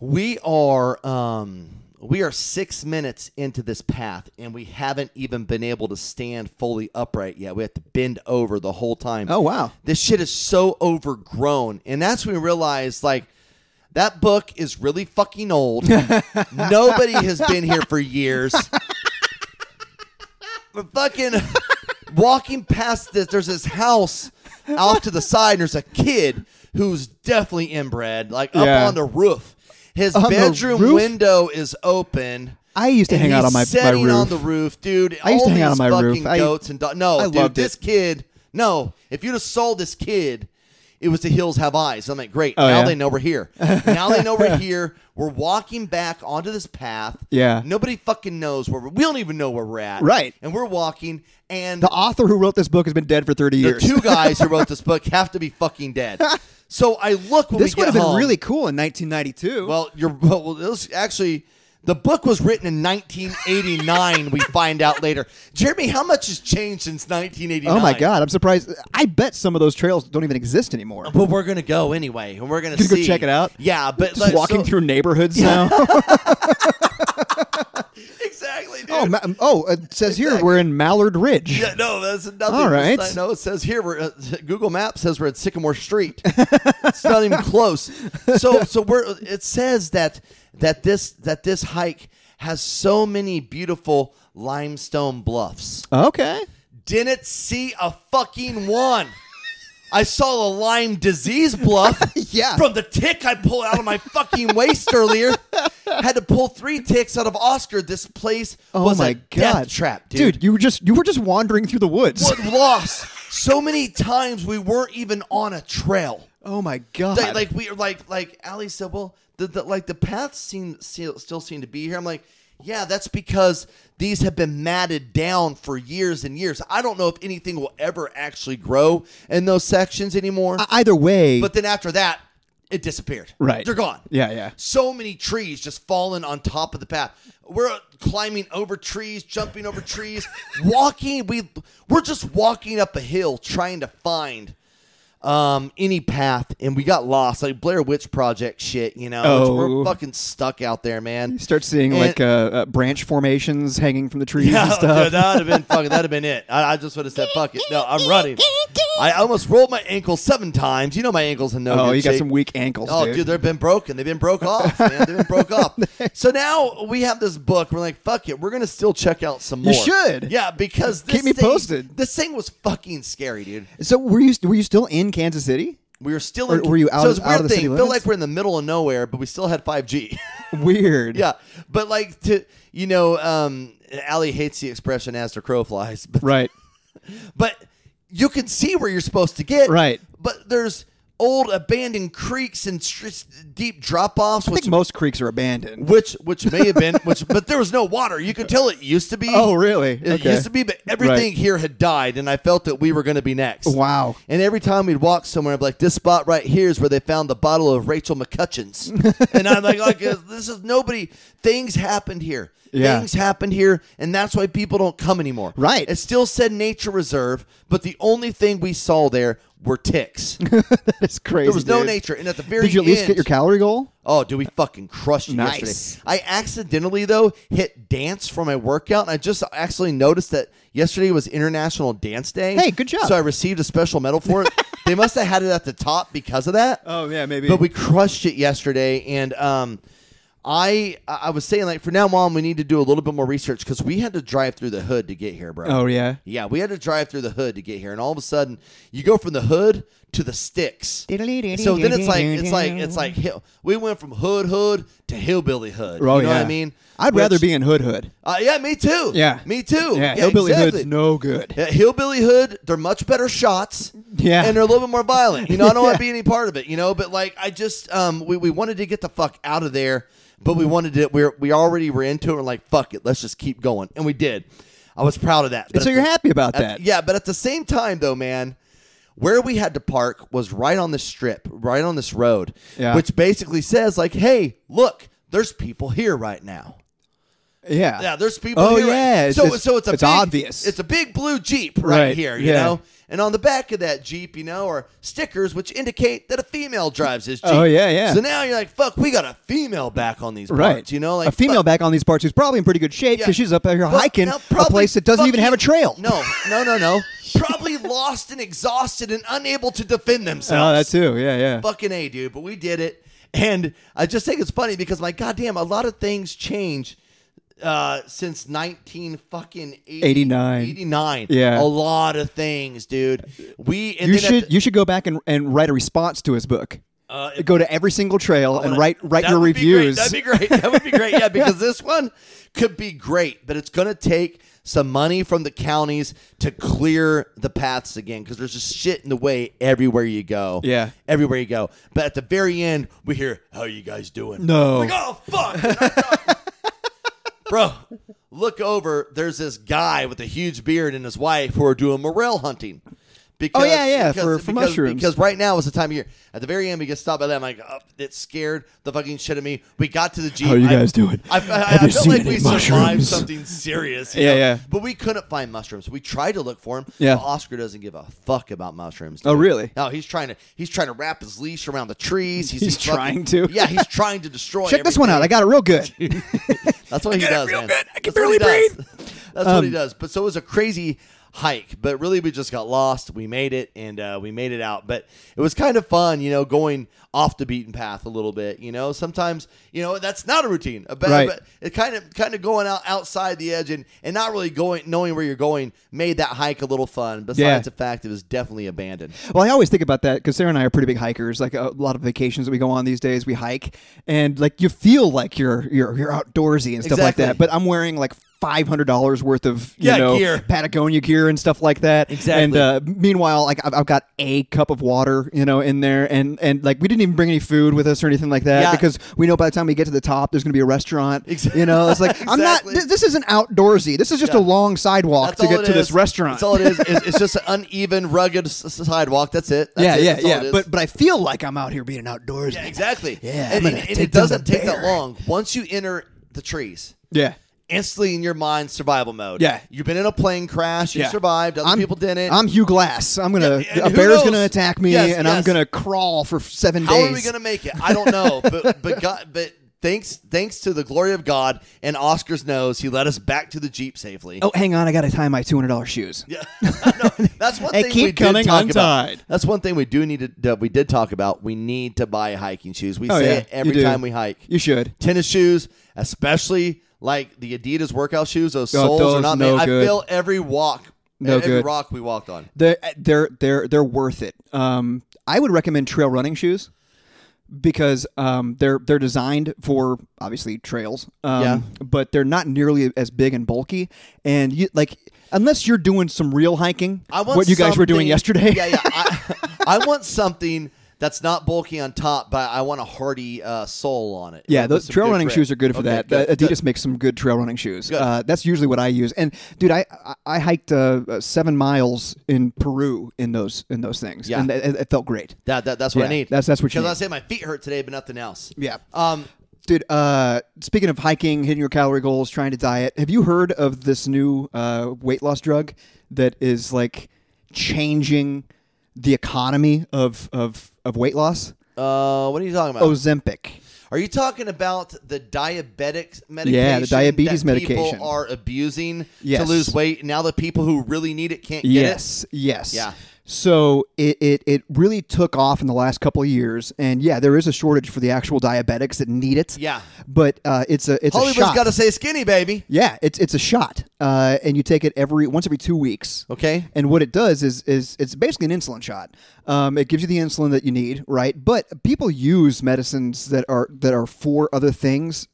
B: We are um, we are six minutes into this path, and we haven't even been able to stand fully upright yet. We have to bend over the whole time.
A: Oh wow.
B: This shit is so overgrown. And that's when we realized like that book is really fucking old. Nobody has been here for years. We're fucking walking past this. There's this house off to the side, and there's a kid who's definitely inbred, like up
A: Yeah.
B: on the roof. His
A: On the
B: bedroom
A: roof?
B: window is open.
A: I used to
B: And
A: hang out
B: he's
A: on my, my
B: sitting
A: roof.
B: on the roof, dude.
A: I used
B: all
A: to hang out on
B: these
A: my roof.
B: fucking
A: I-
B: Goats and do- no,
A: I
B: dude,
A: loved it.
B: this kid. No, if you'd have sold this kid, it was the hills have eyes. I'm like, great.
A: Oh,
B: now
A: yeah?
B: they know we're here. now they know we're here. We're walking back onto this path.
A: Yeah.
B: Nobody fucking knows where we're, we don't even know where we're at.
A: Right.
B: And we're walking, and
A: the author who wrote this book has been dead for 30
B: the
A: years.
B: two guys who wrote this book have to be fucking dead. So I look when
A: this
B: we
A: would have
B: get
A: been
B: home.
A: really cool in 1992.
B: Well, you're well. It was actually, the book was written in 1989. we find out later. Jeremy, how much has changed since 1989?
A: oh my god, I'm surprised. I bet some of those trails don't even exist anymore.
B: But we're gonna go anyway, and we're gonna
A: Gonna go
B: see.
A: check it out?
B: Yeah, but
A: Just walking
B: so-
A: through neighborhoods now.
B: exactly. Dude.
A: oh, ma- oh, it says here
B: Exactly.
A: we're in Mallard Ridge.
B: Yeah, no, that's nothing.
A: All right.
B: It's not- no, it says here we're uh, Google Maps says we're at Sycamore Street. it's not even close. So, so we're. It says that that this that this hike has so many beautiful limestone bluffs.
A: Okay.
B: didn't see a fucking one. I saw a Lyme disease bluff
A: Yeah.
B: from the tick I pulled out of my fucking waist earlier. Had to pull three ticks out of Oscar. This place
A: Oh
B: was
A: my
B: a
A: god.
B: death trap, dude.
A: you were just you were just wandering through the woods.
B: What loss? So many times we weren't even on a trail.
A: Oh my god.
B: Like, like we like like Ali said, well, the, the like the paths seem still, still seem to be here. I'm like, yeah, that's because these have been matted down for years and years. I don't know if anything will ever actually grow in those sections anymore.
A: E- either way,
B: but then after that, it disappeared.
A: right.
B: they're gone.
A: Yeah, yeah.
B: So many trees just falling on top of the path. We're climbing over trees, jumping over trees, walking. We we're just walking up a hill trying to find um any path, and we got lost like Blair Witch Project shit. You know,
A: Oh.
B: we're fucking stuck out there, man.
A: You start seeing
B: And-
A: like uh, uh, branch formations hanging from the trees and
B: Yeah,
A: stuff.
B: dude, that'd have been fucking. That'd have been it. I, I just would have said, "Fuck it." No, I'm running. I almost rolled my ankle seven times. You know my ankles and no.
A: oh,
B: good
A: you got
B: shape.
A: some weak ankles,
B: Oh,
A: dude.
B: dude. they've been broken. They've been broke off, man. They've been broke off. So now we have this book. We're like, fuck it. We're gonna still check out some
A: You
B: more.
A: should.
B: Yeah, because this
A: Keep me
B: thing-
A: posted.
B: This thing was fucking scary, dude.
A: So were you were you still in Kansas City?
B: We were still.
A: Or
B: in,
A: were you out
B: so
A: of-
B: it's a
A: out
B: weird
A: of the
B: thing.
A: city
B: Feel
A: limits?
B: like we're in the middle of nowhere, but we still had five G.
A: Weird.
B: yeah, but like to you know, um, Allie hates the expression "as the crow flies," but
A: Right.
B: But you can see where you're supposed to get.
A: Right.
B: But there's old abandoned creeks and str- deep drop offs,
A: I think
B: which
A: most creeks are abandoned.
B: which which may have been which, but there was no water. You could tell it used to be.
A: Oh, really?
B: It
A: Okay.
B: used to be, but everything
A: Right.
B: here had died, and I felt that we were going to be next.
A: Wow.
B: And every time we'd walk somewhere, I'd be like, "This spot right here is where they found the bottle of Rachel McCutcheon's," and I'm like, like, "This is nobody. Things happened here.
A: Yeah.
B: Things happened here, and that's why people don't come anymore."
A: Right.
B: It still said nature reserve, but the only thing we saw there were ticks.
A: It's crazy.
B: There was no
A: dude.
B: nature, and at the very
A: Did you at least
B: end-
A: get your calorie goal?
B: Oh, dude, we fucking crushed you
A: Nice.
B: yesterday. I accidentally though hit dance for my workout, and I just actually noticed that yesterday was International Dance Day.
A: Hey, good job.
B: So I received a special medal for it. they must have had it at the top because of that.
A: Oh, yeah, maybe.
B: But we crushed it yesterday, and um, I I was saying like for now on we need to do a little bit more research because we had to drive through the hood to get here, bro.
A: Oh, yeah?
B: yeah. We had to drive through the hood to get here, and all of a sudden you go from the hood to the sticks. So then it's like it's like it's like hill. We went from hood hood to hillbilly hood.
A: Oh,
B: you know
A: yeah.
B: what I mean?
A: I'd
B: Which-
A: rather be in Hood Hood.
B: Uh, yeah, me too.
A: Yeah.
B: me too.
A: Yeah, Hillbilly
B: exactly.
A: Hood's no good.
B: Yeah, hillbilly hood. They're much better shots.
A: Yeah.
B: and they're a little bit more violent. You know, I don't want to be any part of it. You know, but like I just um we, we wanted to get the fuck out of there, but we wanted to. We we already were into it. We're like fuck it, let's just keep going, and we did. I was proud of that. But
A: so
B: at
A: you're
B: the-
A: happy about
B: at-
A: that?
B: yeah, but at the same time, though, man, where we had to park was right on this strip, right on this road,
A: Yeah.
B: which basically says, like, hey, look, there's people here right now.
A: Yeah.
B: Yeah, there's people
A: Oh,
B: here. right-
A: yeah, it's
B: so,
A: just-
B: so it's a
A: it's
B: big-
A: obvious.
B: It's a big blue Jeep right,
A: Right,
B: here, you
A: yeah.
B: know? And on the back of that Jeep, you know, are stickers which indicate that a female drives this Jeep.
A: Oh, yeah, yeah.
B: So now you're like, fuck, we got a female back on these
A: Right.
B: parts, you know? Like
A: a female
B: fuck.
A: back on these parts who's probably in pretty good shape
B: Yeah.
A: because she's up here
B: Well,
A: hiking
B: now probably
A: a place that doesn't even
B: fucking-
A: have a trail.
B: No, no, no, no. probably lost and exhausted and unable to defend themselves.
A: Oh, that too. Yeah, yeah.
B: Fucking A, dude. But we did it. And I just think it's funny because, my goddamn, a lot of things change uh, since 19 fucking 80,
A: 89.
B: 89.
A: Yeah.
B: A lot of things, dude. We, and
A: you
B: then at
A: should you should go back and, and write a response to his book.
B: Uh,
A: go to every single trail and
B: wanna-
A: write write
B: that
A: your
B: would be great.
A: reviews.
B: That'd be great. That would be great. Yeah, because this one could be great, but it's going to take some money from the counties to clear the paths again because there's just shit in the way everywhere you go.
A: Yeah.
B: everywhere you go. But at the very end, we hear, "How you guys doing?"
A: No.
B: like oh fuck, And I thought- bro. Look over. There's this guy with a huge beard and his wife who are doing morel hunting. Because,
A: Oh, yeah, yeah, for- for
B: because,
A: mushrooms.
B: Because right now is the time of year. At the very end, we get stopped by that. I'm like, oh, it scared the fucking shit out of me. We got to the Jeep.
A: How you
B: I-
A: guys doing?
B: I, I, I,
A: Have you
B: felt
A: seen
B: like
A: any
B: we survived
A: mushrooms?
B: something serious.
A: Yeah,
B: yeah,
A: yeah.
B: yeah. But we couldn't find mushrooms. We tried to look for them.
A: Yeah.
B: But Oscar doesn't give a fuck about mushrooms.
A: Oh,
B: dude.
A: really?
B: No, he's trying to he's trying to wrap his leash around the trees. He's,
A: He's
B: fucking-
A: trying to?
B: Yeah, he's trying to destroy.
A: Check this one out. I got it real good.
B: That's what he
A: got it
B: does.
A: real
B: man.
A: good. I can
B: That's what
A: barely
B: he does. That's what
A: Um,
B: he does. But so it was a crazy hike. But really, we just got lost. We made it, and uh, we made it out. But it was kind of fun, you know, going off the beaten path a little bit. You know, sometimes you know that's not a routine. A bad,
A: Right.
B: But it kind of kind of going out outside the edge and and not really going knowing where you're going made that hike a little fun. Besides
A: Yeah.
B: the fact it was definitely abandoned.
A: Well, I always think about that because Sarah and I are pretty big hikers. Like uh, a lot of vacations that we go on these days, we hike, and like you feel like you're you're you're outdoorsy and stuff
B: Exactly.
A: like that. But I'm wearing like. Five hundred dollars worth of you
B: Yeah,
A: know
B: gear.
A: Patagonia gear and stuff like that.
B: Exactly.
A: And uh, meanwhile, like I've, I've got a cup of water, you know, in there, and and like we didn't even bring any food with us or anything like that
B: Yeah.
A: because we know by the time we get to the top, there's going to be a restaurant.
B: Exa-
A: You know, it's like I'm not.
B: Exactly.
A: This, this isn't outdoorsy. This is just a long sidewalk
B: That's
A: to
B: all
A: get
B: it
A: to this
B: is.
A: restaurant.
B: That's all it is. It's, it's just an uneven, rugged s- sidewalk. That's it. That's
A: yeah,
B: it.
A: yeah,
B: That's all it
A: yeah.
B: is.
A: But but I feel like I'm out here being outdoorsman.
B: Yeah, exactly.
A: Yeah, I'm
B: and,
A: gonna
B: and-
A: take
B: and it
A: down the
B: doesn't take that
A: bear.
B: long. Once you enter the trees,
A: Yeah.
B: instantly in your mind, survival mode.
A: Yeah.
B: you've been in a plane crash, you
A: Yeah.
B: survived, other
A: I'm-
B: people didn't.
A: I'm Hugh Glass. I'm gonna
B: Yeah, and
A: a
B: who
A: bear's
B: knows?
A: gonna attack me,
B: Yes,
A: and I'm
B: yes.
A: gonna crawl for seven
B: How
A: days.
B: are we gonna make it? I don't know, but but God, but thanks thanks to the glory of God and Oscar's nose, he led us back to the jeep safely.
A: Oh, hang on, I gotta tie my two hundred dollars shoes.
B: Yeah, No, that's one
A: Hey,
B: thing
A: keep
B: we
A: coming
B: did talk
A: untied.
B: about. That's one thing we do need to that we did talk about. We need to buy hiking shoes. We
A: Oh,
B: say
A: yeah,
B: it
A: you
B: every
A: do.
B: time we hike.
A: You should.
B: tennis shoes, especially like the Adidas workout shoes. Those
A: Oh,
B: soles
A: those
B: are not
A: no
B: made.
A: good.
B: I feel every walk,
A: No
B: every
A: good.
B: rock we walked on.
A: They're they're they're they're worth it. Um, I would recommend trail running shoes because um, they're they're designed for obviously trails, um,
B: Yeah.
A: but they're not nearly as big and bulky. And you like unless you're doing some real hiking,
B: I want
A: what you guys were doing
B: something-
A: yesterday.
B: Yeah, yeah. I, I want something that's not bulky on top, but I want a hardy uh, sole on it.
A: Yeah,
B: With
A: those
B: some
A: trail
B: good
A: running
B: grip.
A: shoes are good for
B: Okay,
A: that.
B: good,
A: Uh, Adidas
B: good.
A: makes some good trail running shoes.
B: Good.
A: Uh, that's usually what I use. And dude, I I, I hiked uh, uh, seven miles in Peru in those in those things,
B: Yeah.
A: and th- it, it felt great.
B: That, that that's what I
A: Yeah,
B: need.
A: that's- that's what you
B: Because I
A: need.
B: say my feet hurt today, but nothing else.
A: Yeah.
B: Um.
A: Dude, uh, speaking of hiking, hitting your calorie goals, trying to diet, have you heard of this new uh, weight loss drug that is like changing the economy of of, of weight loss?
B: Uh. What are you
A: Oh,
B: talking about?
A: Ozempic.
B: Are you talking about the diabetic medication?
A: Yeah, the diabetes
B: that
A: medication.
B: People are abusing
A: Yes.
B: to lose weight. Now the people who really need it can't get it.
A: Yes, yes.
B: Yeah.
A: So it, it it really took off in the last couple of years, and yeah, there is a shortage for the actual diabetics that need it.
B: Yeah.
A: But uh, it's a it's a
B: Hollywood's
A: shot.
B: got to say skinny, baby.
A: yeah, it's it's a shot, uh, and you take it every once every two weeks.
B: Okay.
A: And what it does is is it's basically an insulin shot. Um, it gives you the insulin that you need, right? But people use medicines that are that are for other things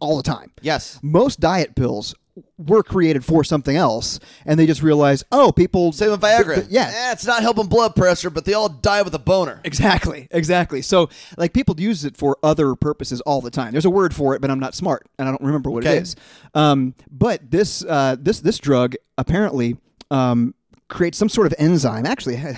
A: all the time.
B: Yes.
A: Most diet pills were created for something else, and they just realize, oh, people
B: Same with Viagra.
A: Th- th- yeah.
B: Eh, it's not helping blood pressure, but they all die with a boner.
A: Exactly, exactly. So, like, people use it for other purposes all the time. There's a word for it, but I'm not smart, and I don't remember what
B: Okay.
A: it is. Um, but this, uh, this, this drug apparently um, creates some sort of enzyme. Actually, I,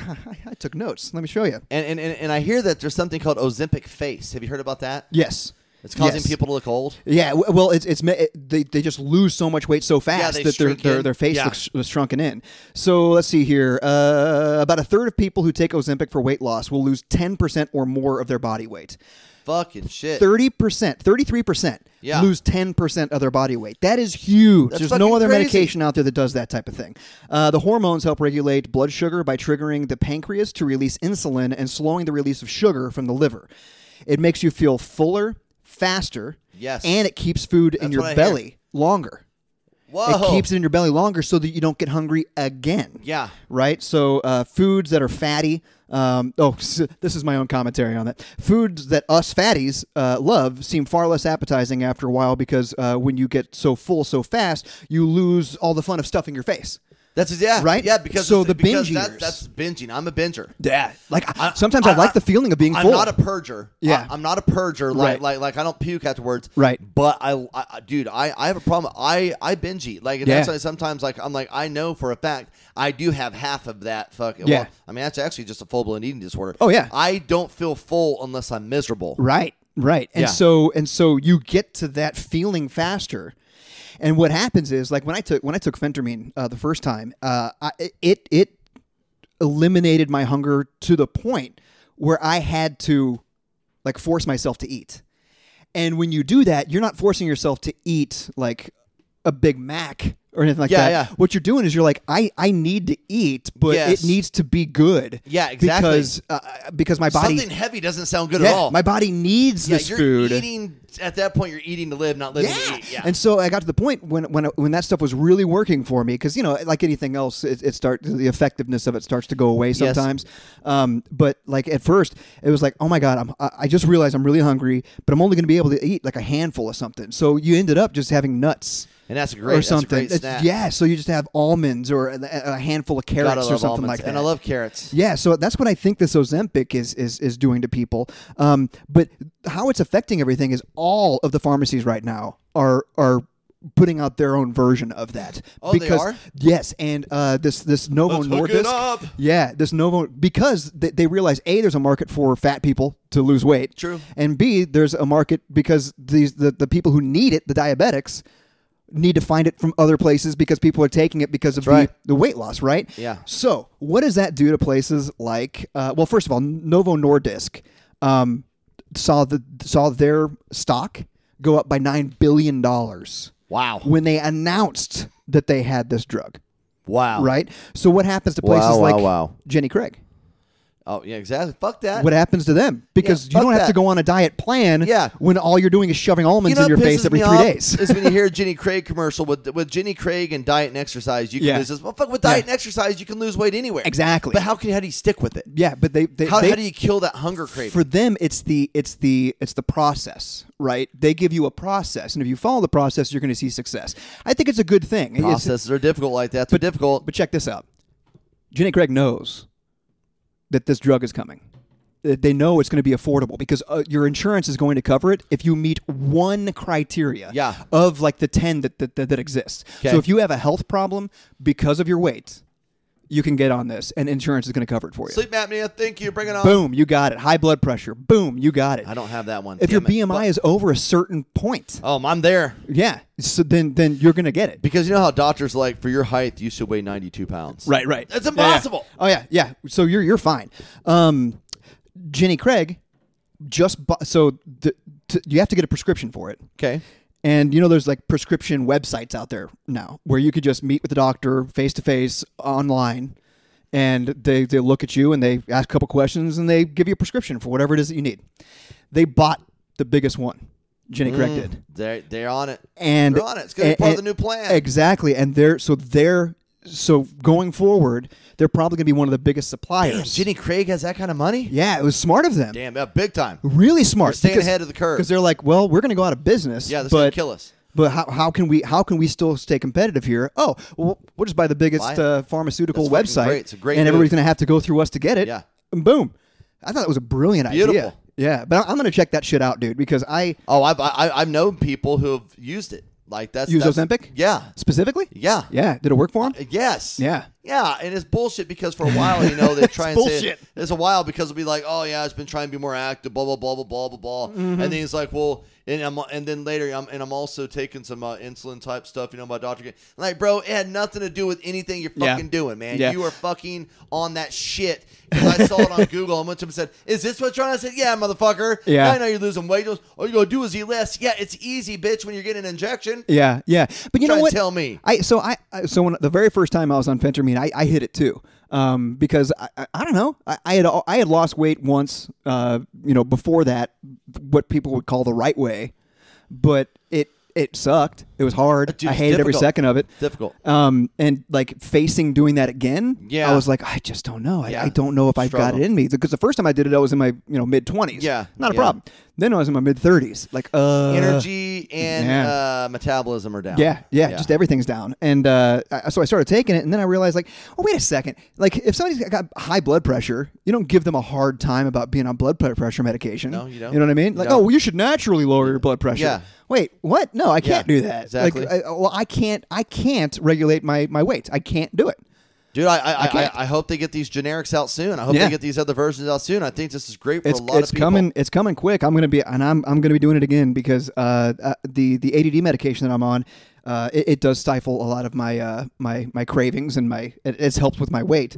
A: I took notes. Let me show you.
B: And, and, and, and I hear that there's something called Ozempic face. Have you heard about that?
A: Yes,
B: It's causing
A: Yes.
B: people to look old.
A: Yeah, w- well, it's it's ma- it, they, they just lose so much weight so fast
B: they
A: that their
B: shrink
A: their,
B: in.
A: their face
B: Yeah.
A: looks was shrunken in. So let's see here. Uh, about a third of people who take Ozempic for weight loss will lose ten percent or more of their body weight.
B: Fucking shit.
A: thirty percent, thirty three percent
B: Yeah.
A: lose ten percent of their body weight. That is huge. There's no
B: fucking
A: other
B: crazy.
A: medication out there that does that type of thing. Uh, the hormones help regulate blood sugar by triggering the pancreas to release insulin and slowing the release of sugar from the liver. It makes you feel fuller, faster.
B: Yes.
A: and it keeps food in
B: That's
A: your
B: what I
A: belly longer.
B: Whoa.
A: It keeps it in your belly longer so that you don't get hungry again.
B: Oh. Yeah.
A: Right? So, uh, foods that are fatty. Um, oh, s- this is my own commentary on that. Foods that us fatties uh, love seem far less appetizing after a while because uh, when you get so full so fast, you lose all the fun of stuffing your face.
B: That's yeah.
A: Right?
B: Yeah, because
A: So
B: it's-
A: the
B: because
A: binge
B: that-
A: eaters.
B: that's binging. I'm a binger.
A: Yeah. Like, I, sometimes I,
B: I-
A: like the feeling of being
B: I'm
A: full.
B: not a purger.
A: Yeah.
B: I, am not a purger. Like,
A: Right.
B: like, like I don't puke afterwards.
A: Right.
B: But I, I I- dude, I, I have a problem. I, I binge eat. Like, and
A: Yeah.
B: that's why sometimes, like, I'm like, I know for a fact I do have half of that fucking.
A: Yeah.
B: Well, I mean, that's actually just a full blown eating disorder.
A: Oh, yeah.
B: I don't feel full unless I'm miserable.
A: Right, right. And
B: Yeah.
A: so and so you get to that feeling faster. And what happens is like when I took when I took fentermine uh, the first time, uh, I, it it eliminated my hunger to the point where I had to like force myself to eat. And when you do that, you're not forcing yourself to eat like a Big Mac or anything like
B: Yeah,
A: that.
B: yeah.
A: What you're doing is you're like, I, I need to eat, but
B: Yes.
A: it needs to be good.
B: Yeah, exactly.
A: Because uh, because my body
B: Something heavy doesn't sound good
A: yeah,
B: at all.
A: my body needs
B: yeah,
A: this
B: you're
A: food.
B: eating at that point. You're eating to live, not living to
A: yeah.
B: eat. Yeah.
A: and so I got to the point when when when that stuff was really working for me because you know, like anything else, it, it starts the effectiveness of it starts to go away sometimes. Um, but like at first, it was like, oh my god, I'm I I just realized I'm really hungry, but I'm only going to be able to eat like a handful of something. So you ended up just having nuts.
B: And that's great.
A: or
B: That's a
A: something,
B: great
A: It's-
B: snack.
A: yeah. So you just have almonds or a, a handful of
B: God, I
A: carrots or
B: love
A: something
B: almonds.
A: like that.
B: And I love carrots.
A: Yeah, so that's what I think this Ozempic is is is doing to people. Um, but how it's affecting everything is all of the pharmacies right now are are putting out their own version of that.
B: Oh, they are?
A: Yes, and uh, this this Novo
B: Let's hook
A: Nordisk.
B: it up.
A: Yeah, this Novo because they, they realize a there's a market for fat people to lose weight.
B: True.
A: And b there's a market because these the, the people who need it, the diabetics. Need to find it from other places because people are taking it because of
B: right.
A: the, the weight loss, right?
B: Yeah.
A: So, what does that do to places like? Uh, well, first of all, Novo Nordisk um, saw the saw their stock go up by nine billion dollars
B: Wow.
A: when they announced that they had this drug.
B: Wow.
A: Right. So, what happens to places
B: Wow, wow,
A: like
B: wow.
A: Jenny Craig?
B: Oh yeah, exactly. Fuck that.
A: What happens to them? Because
B: fuck
A: you don't have to
B: that.
A: go on a diet plan
B: Yeah.
A: when all you're doing is shoving almonds
B: You know
A: in your
B: what
A: face
B: pisses
A: every
B: me
A: three
B: off
A: days.
B: is when you hear a Jenny Craig commercial with with Jenny Craig and diet and exercise. You can
A: Yeah.
B: lose this. Well, fuck with diet
A: Yeah.
B: and exercise, you can lose weight anywhere.
A: Exactly.
B: But how can how do you stick with it?
A: yeah, but they, they,
B: How,
A: they
B: how do you kill that hunger craving?
A: for them it's the it's the it's the process right they give you a process and if you follow the process you're going to see success i think it's a good thing It's-
B: Processes are difficult like that. They're difficult.
A: but check this out jenny craig knows that this drug is coming That they know it's going to be affordable because uh, your insurance is going to cover it if you meet one criteria
B: Yeah.
A: of like the 10 that that, that, that exists
B: Okay.
A: so if you have a health problem because of your weight you can get on this and insurance is going to cover it for you
B: Sleep apnea. Thank you. Bring it on.
A: boom you got it high blood pressure boom you got it
B: I don't have that one.
A: if your
B: Damn it.
A: BMI is over a certain point,
B: Oh, I'm there.
A: yeah, so then then you're gonna get it.
B: Because you know how doctors like for your height, you should weigh 92 pounds.
A: Right, right.
B: That's
A: Yeah, yeah.
B: impossible.
A: Oh yeah, yeah. So you're you're fine. Um, Jenny Craig just bu- so the, t- you have to get a prescription for it.
B: Okay.
A: And you know, there's like prescription websites out there now where you could just meet with the doctor face to face online, and they they look at you and they ask a couple questions and they give you a prescription for whatever it is that you need. They bought the biggest one. Jenny Craig did.
B: They're they're on it.
A: and
B: They're on it. It's gonna be
A: and-
B: part of
A: and-
B: the new plan.
A: Exactly, and they're so they're so going forward, they're probably going to be one of the biggest
B: Damn,
A: suppliers.
B: Jenny Craig has that kind of money.
A: yeah, it was smart of them.
B: Damn, yeah, big time.
A: Really smart.
B: They're staying ahead of the curve.
A: because they're like, well, we're going to go out of business.
B: Yeah, this is
A: but,
B: gonna kill us.
A: But how, how can we how can we still stay competitive here? Oh, well, we'll just buy the biggest
B: Buy it.
A: uh, pharmaceutical
B: That's fucking
A: website,
B: great. It's a great
A: and
B: move.
A: everybody's going to have to go through us to get it.
B: Yeah.
A: and boom. I thought that was a brilliant idea.
B: Beautiful.
A: Yeah, but I- I'm going to check that shit out, dude, because I
B: Oh, I've I, I've known people who have used it. Like that's
A: use
B: that's,
A: Ozempic.
B: Yeah.
A: specifically.
B: Yeah.
A: yeah. Did it work for him?
B: Uh, Yes.
A: Yeah.
B: Yeah, and it's bullshit because for a while, you know, they try and
A: bullshit.
B: say it's a while because it'll be like, oh yeah, it's been trying to be more active, blah blah blah blah blah blah blah,
A: Mm-hmm.
B: and then he's like, well, and I'm and then later, I'm and I'm also taking some uh, insulin type stuff, you know, my doctor, gave- like, bro, it had nothing to do with anything you're
A: Yeah.
B: fucking doing, man.
A: Yeah.
B: You are fucking on that shit. 'Cause I saw it on Google and went to him and said, is this what you're trying? I said, yeah, motherfucker.
A: Yeah.
B: I know you're losing weight. He goes, All you gotta do is eat less. Yeah, it's easy, bitch. When you're getting an injection,
A: Yeah, yeah. But you
B: Try
A: know
B: and
A: what?
B: tell me.
A: I so I I- so when the very first time I was on phentermine, I, I hit it too. Um, because I, I, I don't know, I, I had al- I had lost weight once, uh, you know, before that, what people would call the right way, but it it sucked. It was hard.
B: Dude,
A: I
B: it's
A: hated every
B: difficult.
A: second of it.
B: difficult.
A: Um, and like facing doing that again,
B: Yeah.
A: I was like, I just don't know. I,
B: Yeah.
A: I don't know if I've got
B: Struggle.
A: it in me because the first time I did it, I was in my you know mid twenties.
B: Yeah,
A: not a
B: yeah.
A: problem. Then I was in my mid thirties. Like uh,
B: energy and
A: yeah.
B: uh, metabolism are down.
A: Yeah, yeah, just everything's down. And uh, I, so I started taking it, and then I realized, like, oh, wait a second. Like, if somebody's got high blood pressure, you don't give them a hard time about being on blood pre- pressure medication.
B: No, you don't.
A: You know what I mean? Like,
B: No.
A: oh, well, you should naturally lower your blood pressure.
B: Yeah.
A: Wait, what? No, I can't
B: Yeah,
A: do that.
B: exactly.
A: Like, I, well, I can't. I can't regulate my my weight. I can't do it.
B: dude. I I, I, I
A: can't.
B: hope they get these generics out soon. I hope
A: Yeah.
B: they get these other versions out soon. I think this is great for
A: It's
B: a lot
A: it's
B: of people.
A: coming. It's coming quick. I'm gonna be and I'm I'm gonna be doing it again because uh, uh the the ADD medication that I'm on. Uh, it, it does stifle a lot of my uh, my my cravings and my it, it's helped with my weight,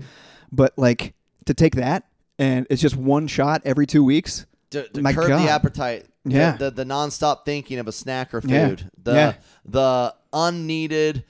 A: but like to take that and it's just one shot every two weeks.
B: to, to
A: My
B: curb
A: God.
B: the appetite. the-
A: Yeah.
B: The, the nonstop thinking of a snack or food.
A: Yeah.
B: The
A: Yeah.
B: the unneeded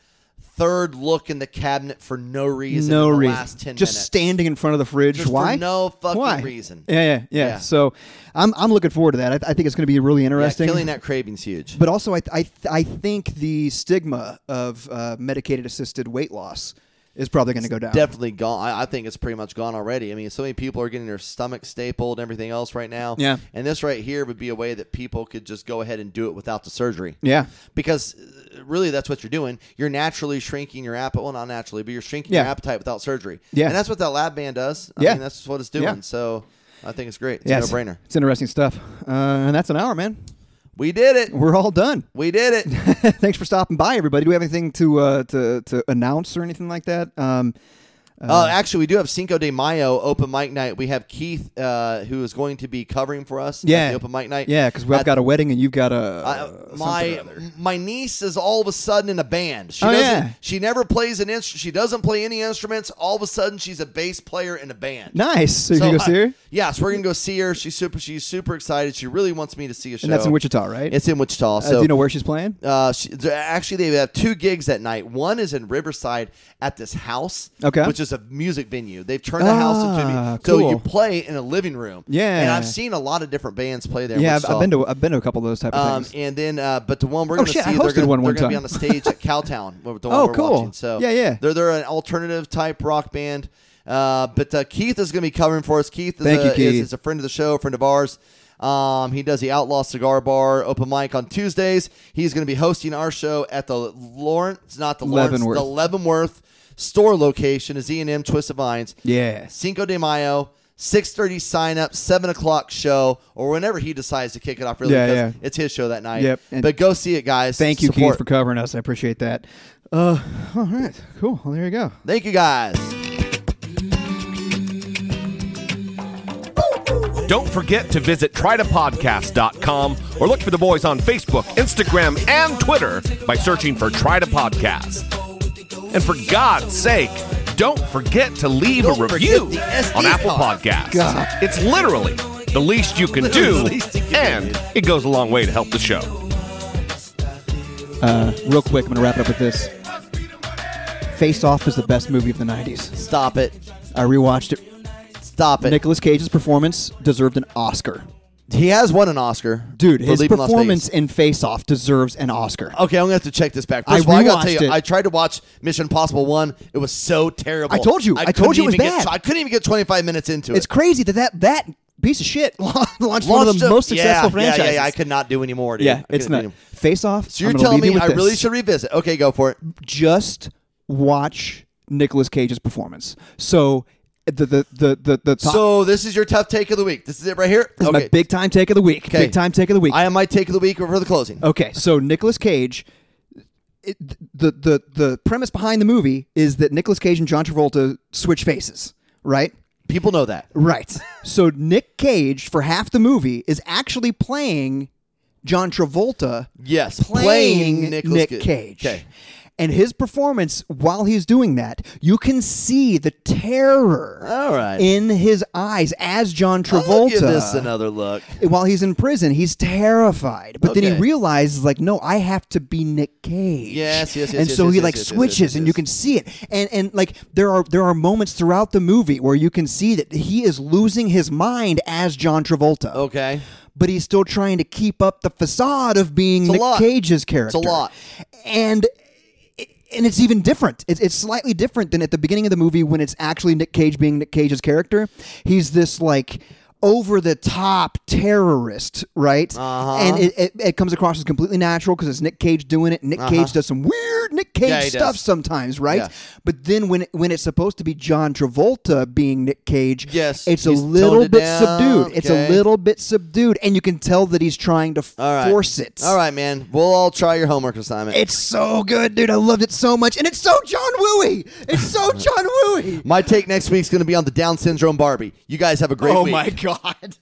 B: third look in the cabinet for no reason.
A: no
B: in the
A: reason.
B: Last ten
A: just
B: minutes.
A: standing in front of the fridge.
B: Just for
A: Why?
B: no fucking
A: Why?
B: reason.
A: Yeah, yeah, yeah,
B: Yeah.
A: So I'm I'm looking forward to that. I, I think it's going to be really
B: Yeah,
A: interesting.
B: killing that craving's huge.
A: But also, I th- I, th- I think the stigma of uh, medicated assisted weight loss is probably going to go down.
B: Definitely gone. I, I think it's pretty much gone already. I mean, so many people are getting their stomach stapled and everything else right now.
A: Yeah.
B: And this right here would be a way that people could just go ahead and do it without the surgery.
A: yeah,
B: because uh, really that's what you're doing. You're naturally shrinking your appetite. Well, not naturally, but you're shrinking your
A: Yeah.
B: appetite without surgery.
A: Yeah.
B: and that's what that lab band does. I
A: Yeah.
B: mean, that's what it's doing.
A: Yeah.
B: So I think it's great. It's
A: yeah,
B: a no-brainer.
A: It's interesting stuff. Uh, and that's an hour, man.
B: We did it.
A: We're all done.
B: We did it.
A: Thanks for stopping by, everybody. Do we have anything to uh, to to announce or anything like that? Um,
B: Uh, actually, we do have Cinco de Mayo open mic night. We have Keith, uh, who is going to be covering for us. at
A: yeah,
B: the open mic night.
A: Yeah, because we've
B: At-
A: got a wedding and you've got a uh,
B: I-
A: something or
B: my
A: other.
B: my niece is all of a sudden in a band. She
A: Oh,
B: doesn't,
A: yeah.
B: She never plays an instrument. She doesn't play any instruments. All of a sudden, she's a bass player in a band.
A: nice. So, you can go
B: I-
A: see her, and
B: Yeah, so we're gonna go see her. She's super. She's super excited. She really wants me to see a show.
A: that's in Wichita, right?
B: It's in Wichita.
A: uh,
B: So.
A: do you know where she's playing?
B: uh, she, th- actually, they have two gigs that night. One is in Riverside at this house,
A: Okay.
B: which is is a music venue. They've turned the house into a
A: Ah,
B: mu- so
A: cool.
B: you play in a living room.
A: Yeah.
B: and I've seen a lot of different bands play there.
A: yeah,
B: which
A: I've,
B: is
A: I've been
B: awesome.
A: to I've been to a couple of those type of
B: Um,
A: things.
B: and then, uh, but the one we're
A: Oh,
B: going to
A: shit, I
B: see, they're
A: hosted one one
B: going to be
A: time.
B: on the stage at Cowtown. with The one
A: Oh,
B: we're
A: cool.
B: Watching. So
A: Yeah, yeah.
B: They're they're an alternative type rock band. Uh, but uh, Keith is going to be covering for us. Keith is,
A: Thank
B: a,
A: you,
B: is-
A: Keith.
B: is a friend of the show, friend of ours. Um, he does the Outlaw Cigar Bar open mic on Tuesdays. He's going to be hosting our show at the Lawrence, not the Lawrence,
A: Leavenworth.
B: the Leavenworth store location is E and M Twisted Vines.
A: Yeah.
B: Cinco de Mayo, six thirty sign up, seven o'clock show, or whenever he decides to kick it off. Really,
A: Yeah,
B: because
A: yeah.
B: it's his show that night.
A: Yep, and-
B: but go see it, guys.
A: Thank you,
B: Support.
A: Keith, for covering us. I appreciate that. Uh, all right, cool. Well, there you go.
B: Thank you, guys.
C: Don't forget to visit trytopodcast.com or look for the boys on Facebook, Instagram, and Twitter by searching for Try to Podcast. And for God's sake, don't forget to leave
B: Don't
C: a
B: forget
C: review
B: the SD
C: on Apple
B: card.
C: Podcasts.
A: God.
C: It's literally the least you can
B: Literally the
C: do,
B: least you can do,
C: and
B: dude.
C: it goes a long way to help the show.
A: Real quick, I'm gonna wrap it up with this. Face Off is the best movie of the '90s.
B: Stop it.
A: I rewatched it.
B: Stop it.
A: Nicolas Cage's performance deserved an Oscar.
B: he has won an Oscar,
A: Dude,
B: for
A: his
B: Leaving Las
A: performance
B: Vegas. Oh,
A: in Face Off deserves an Oscar.
B: Okay, I'm gonna have to check this back.
A: I
B: First of all, I gotta
A: rewatched
B: tell you,
A: it.
B: I tried to watch Mission Impossible One. It was so terrible.
A: I told you. I
B: couldn't
A: told you it was
B: even get-
A: bad.
B: I couldn't even get 25 minutes into it.
A: It's crazy that that, that piece of shit launched, one of
B: Launched
A: the
B: a-
A: most
B: yeah,
A: successful
B: yeah,
A: franchises.
B: Yeah, yeah, I could not do anymore. Dude.
A: Yeah,
B: I
A: it's
B: couldn't do
A: not
B: anymore.
A: Face Off.
B: So you're
A: I'm gonna
B: telling
A: leave you
B: me
A: with
B: I
A: this.
B: really should revisit? Okay, go for it.
A: just watch Nicolas Cage's performance. So the the the the, the top
B: So this is your tough take of the week. This is it right here.
A: this is
B: okay.
A: my big time take of the week.
B: Okay.
A: Big time take of the week.
B: I am my take of the week over the closing.
A: okay, so Nicolas Cage. It, the the the premise behind the movie is that Nicolas Cage and John Travolta switch faces, right?
B: People know that.
A: Right. so Nick Cage for half the movie is actually playing John Travolta
B: Yes,
A: playing,
B: Nicolas
A: Nick
B: Cage.
A: Cage.
B: Okay.
A: And his performance while he's doing that, you can see the terror
B: All right.
A: in his eyes as John Travolta.
B: I'll give this another look.
A: while he's in prison, he's terrified. But then
B: Okay.
A: he realizes, like, no, I have to be Nick Cage.
B: Yes, yes, yes,
A: And
B: yes,
A: so
B: yes,
A: he
B: yes,
A: like
B: yes, yes, yes,
A: switches,
B: yes,
A: and
B: yes.
A: you can see it. And and like there are there are moments throughout the movie where you can see that he is losing his mind as John Travolta
B: Okay.
A: but he's still trying to keep up the facade of being
B: a
A: Nick
B: lot.
A: Cage's character.
B: lot.
A: and and it's even different. It's, it's slightly different than at the beginning of the movie when it's actually Nick Cage being Nick Cage's character. He's this like over the top terrorist, right?
B: Uh-huh.
A: And it, it, it comes across as completely natural because it's Nick Cage doing it. Nick Cage does some weird Nick Cage
B: Uh-huh. Yeah, he
A: stuff
B: does.
A: sometimes, right?
B: Yeah.
A: But then when when it's supposed to be John Travolta being Nick Cage,
B: Yes,
A: it's a
B: he's
A: little
B: toned it
A: bit
B: down,
A: subdued. It's a
B: okay.
A: little little bit subdued, and you can tell that he's trying to f-
B: All right.
A: force it.
B: All right, man. We'll all try your homework assignment.
A: It's so good, dude. I loved it so much, and it's so John Wooey. It's so John Wooey. Oh
B: my take next week's going to be on the Down syndrome Barbie. You guys have a great week.
A: god.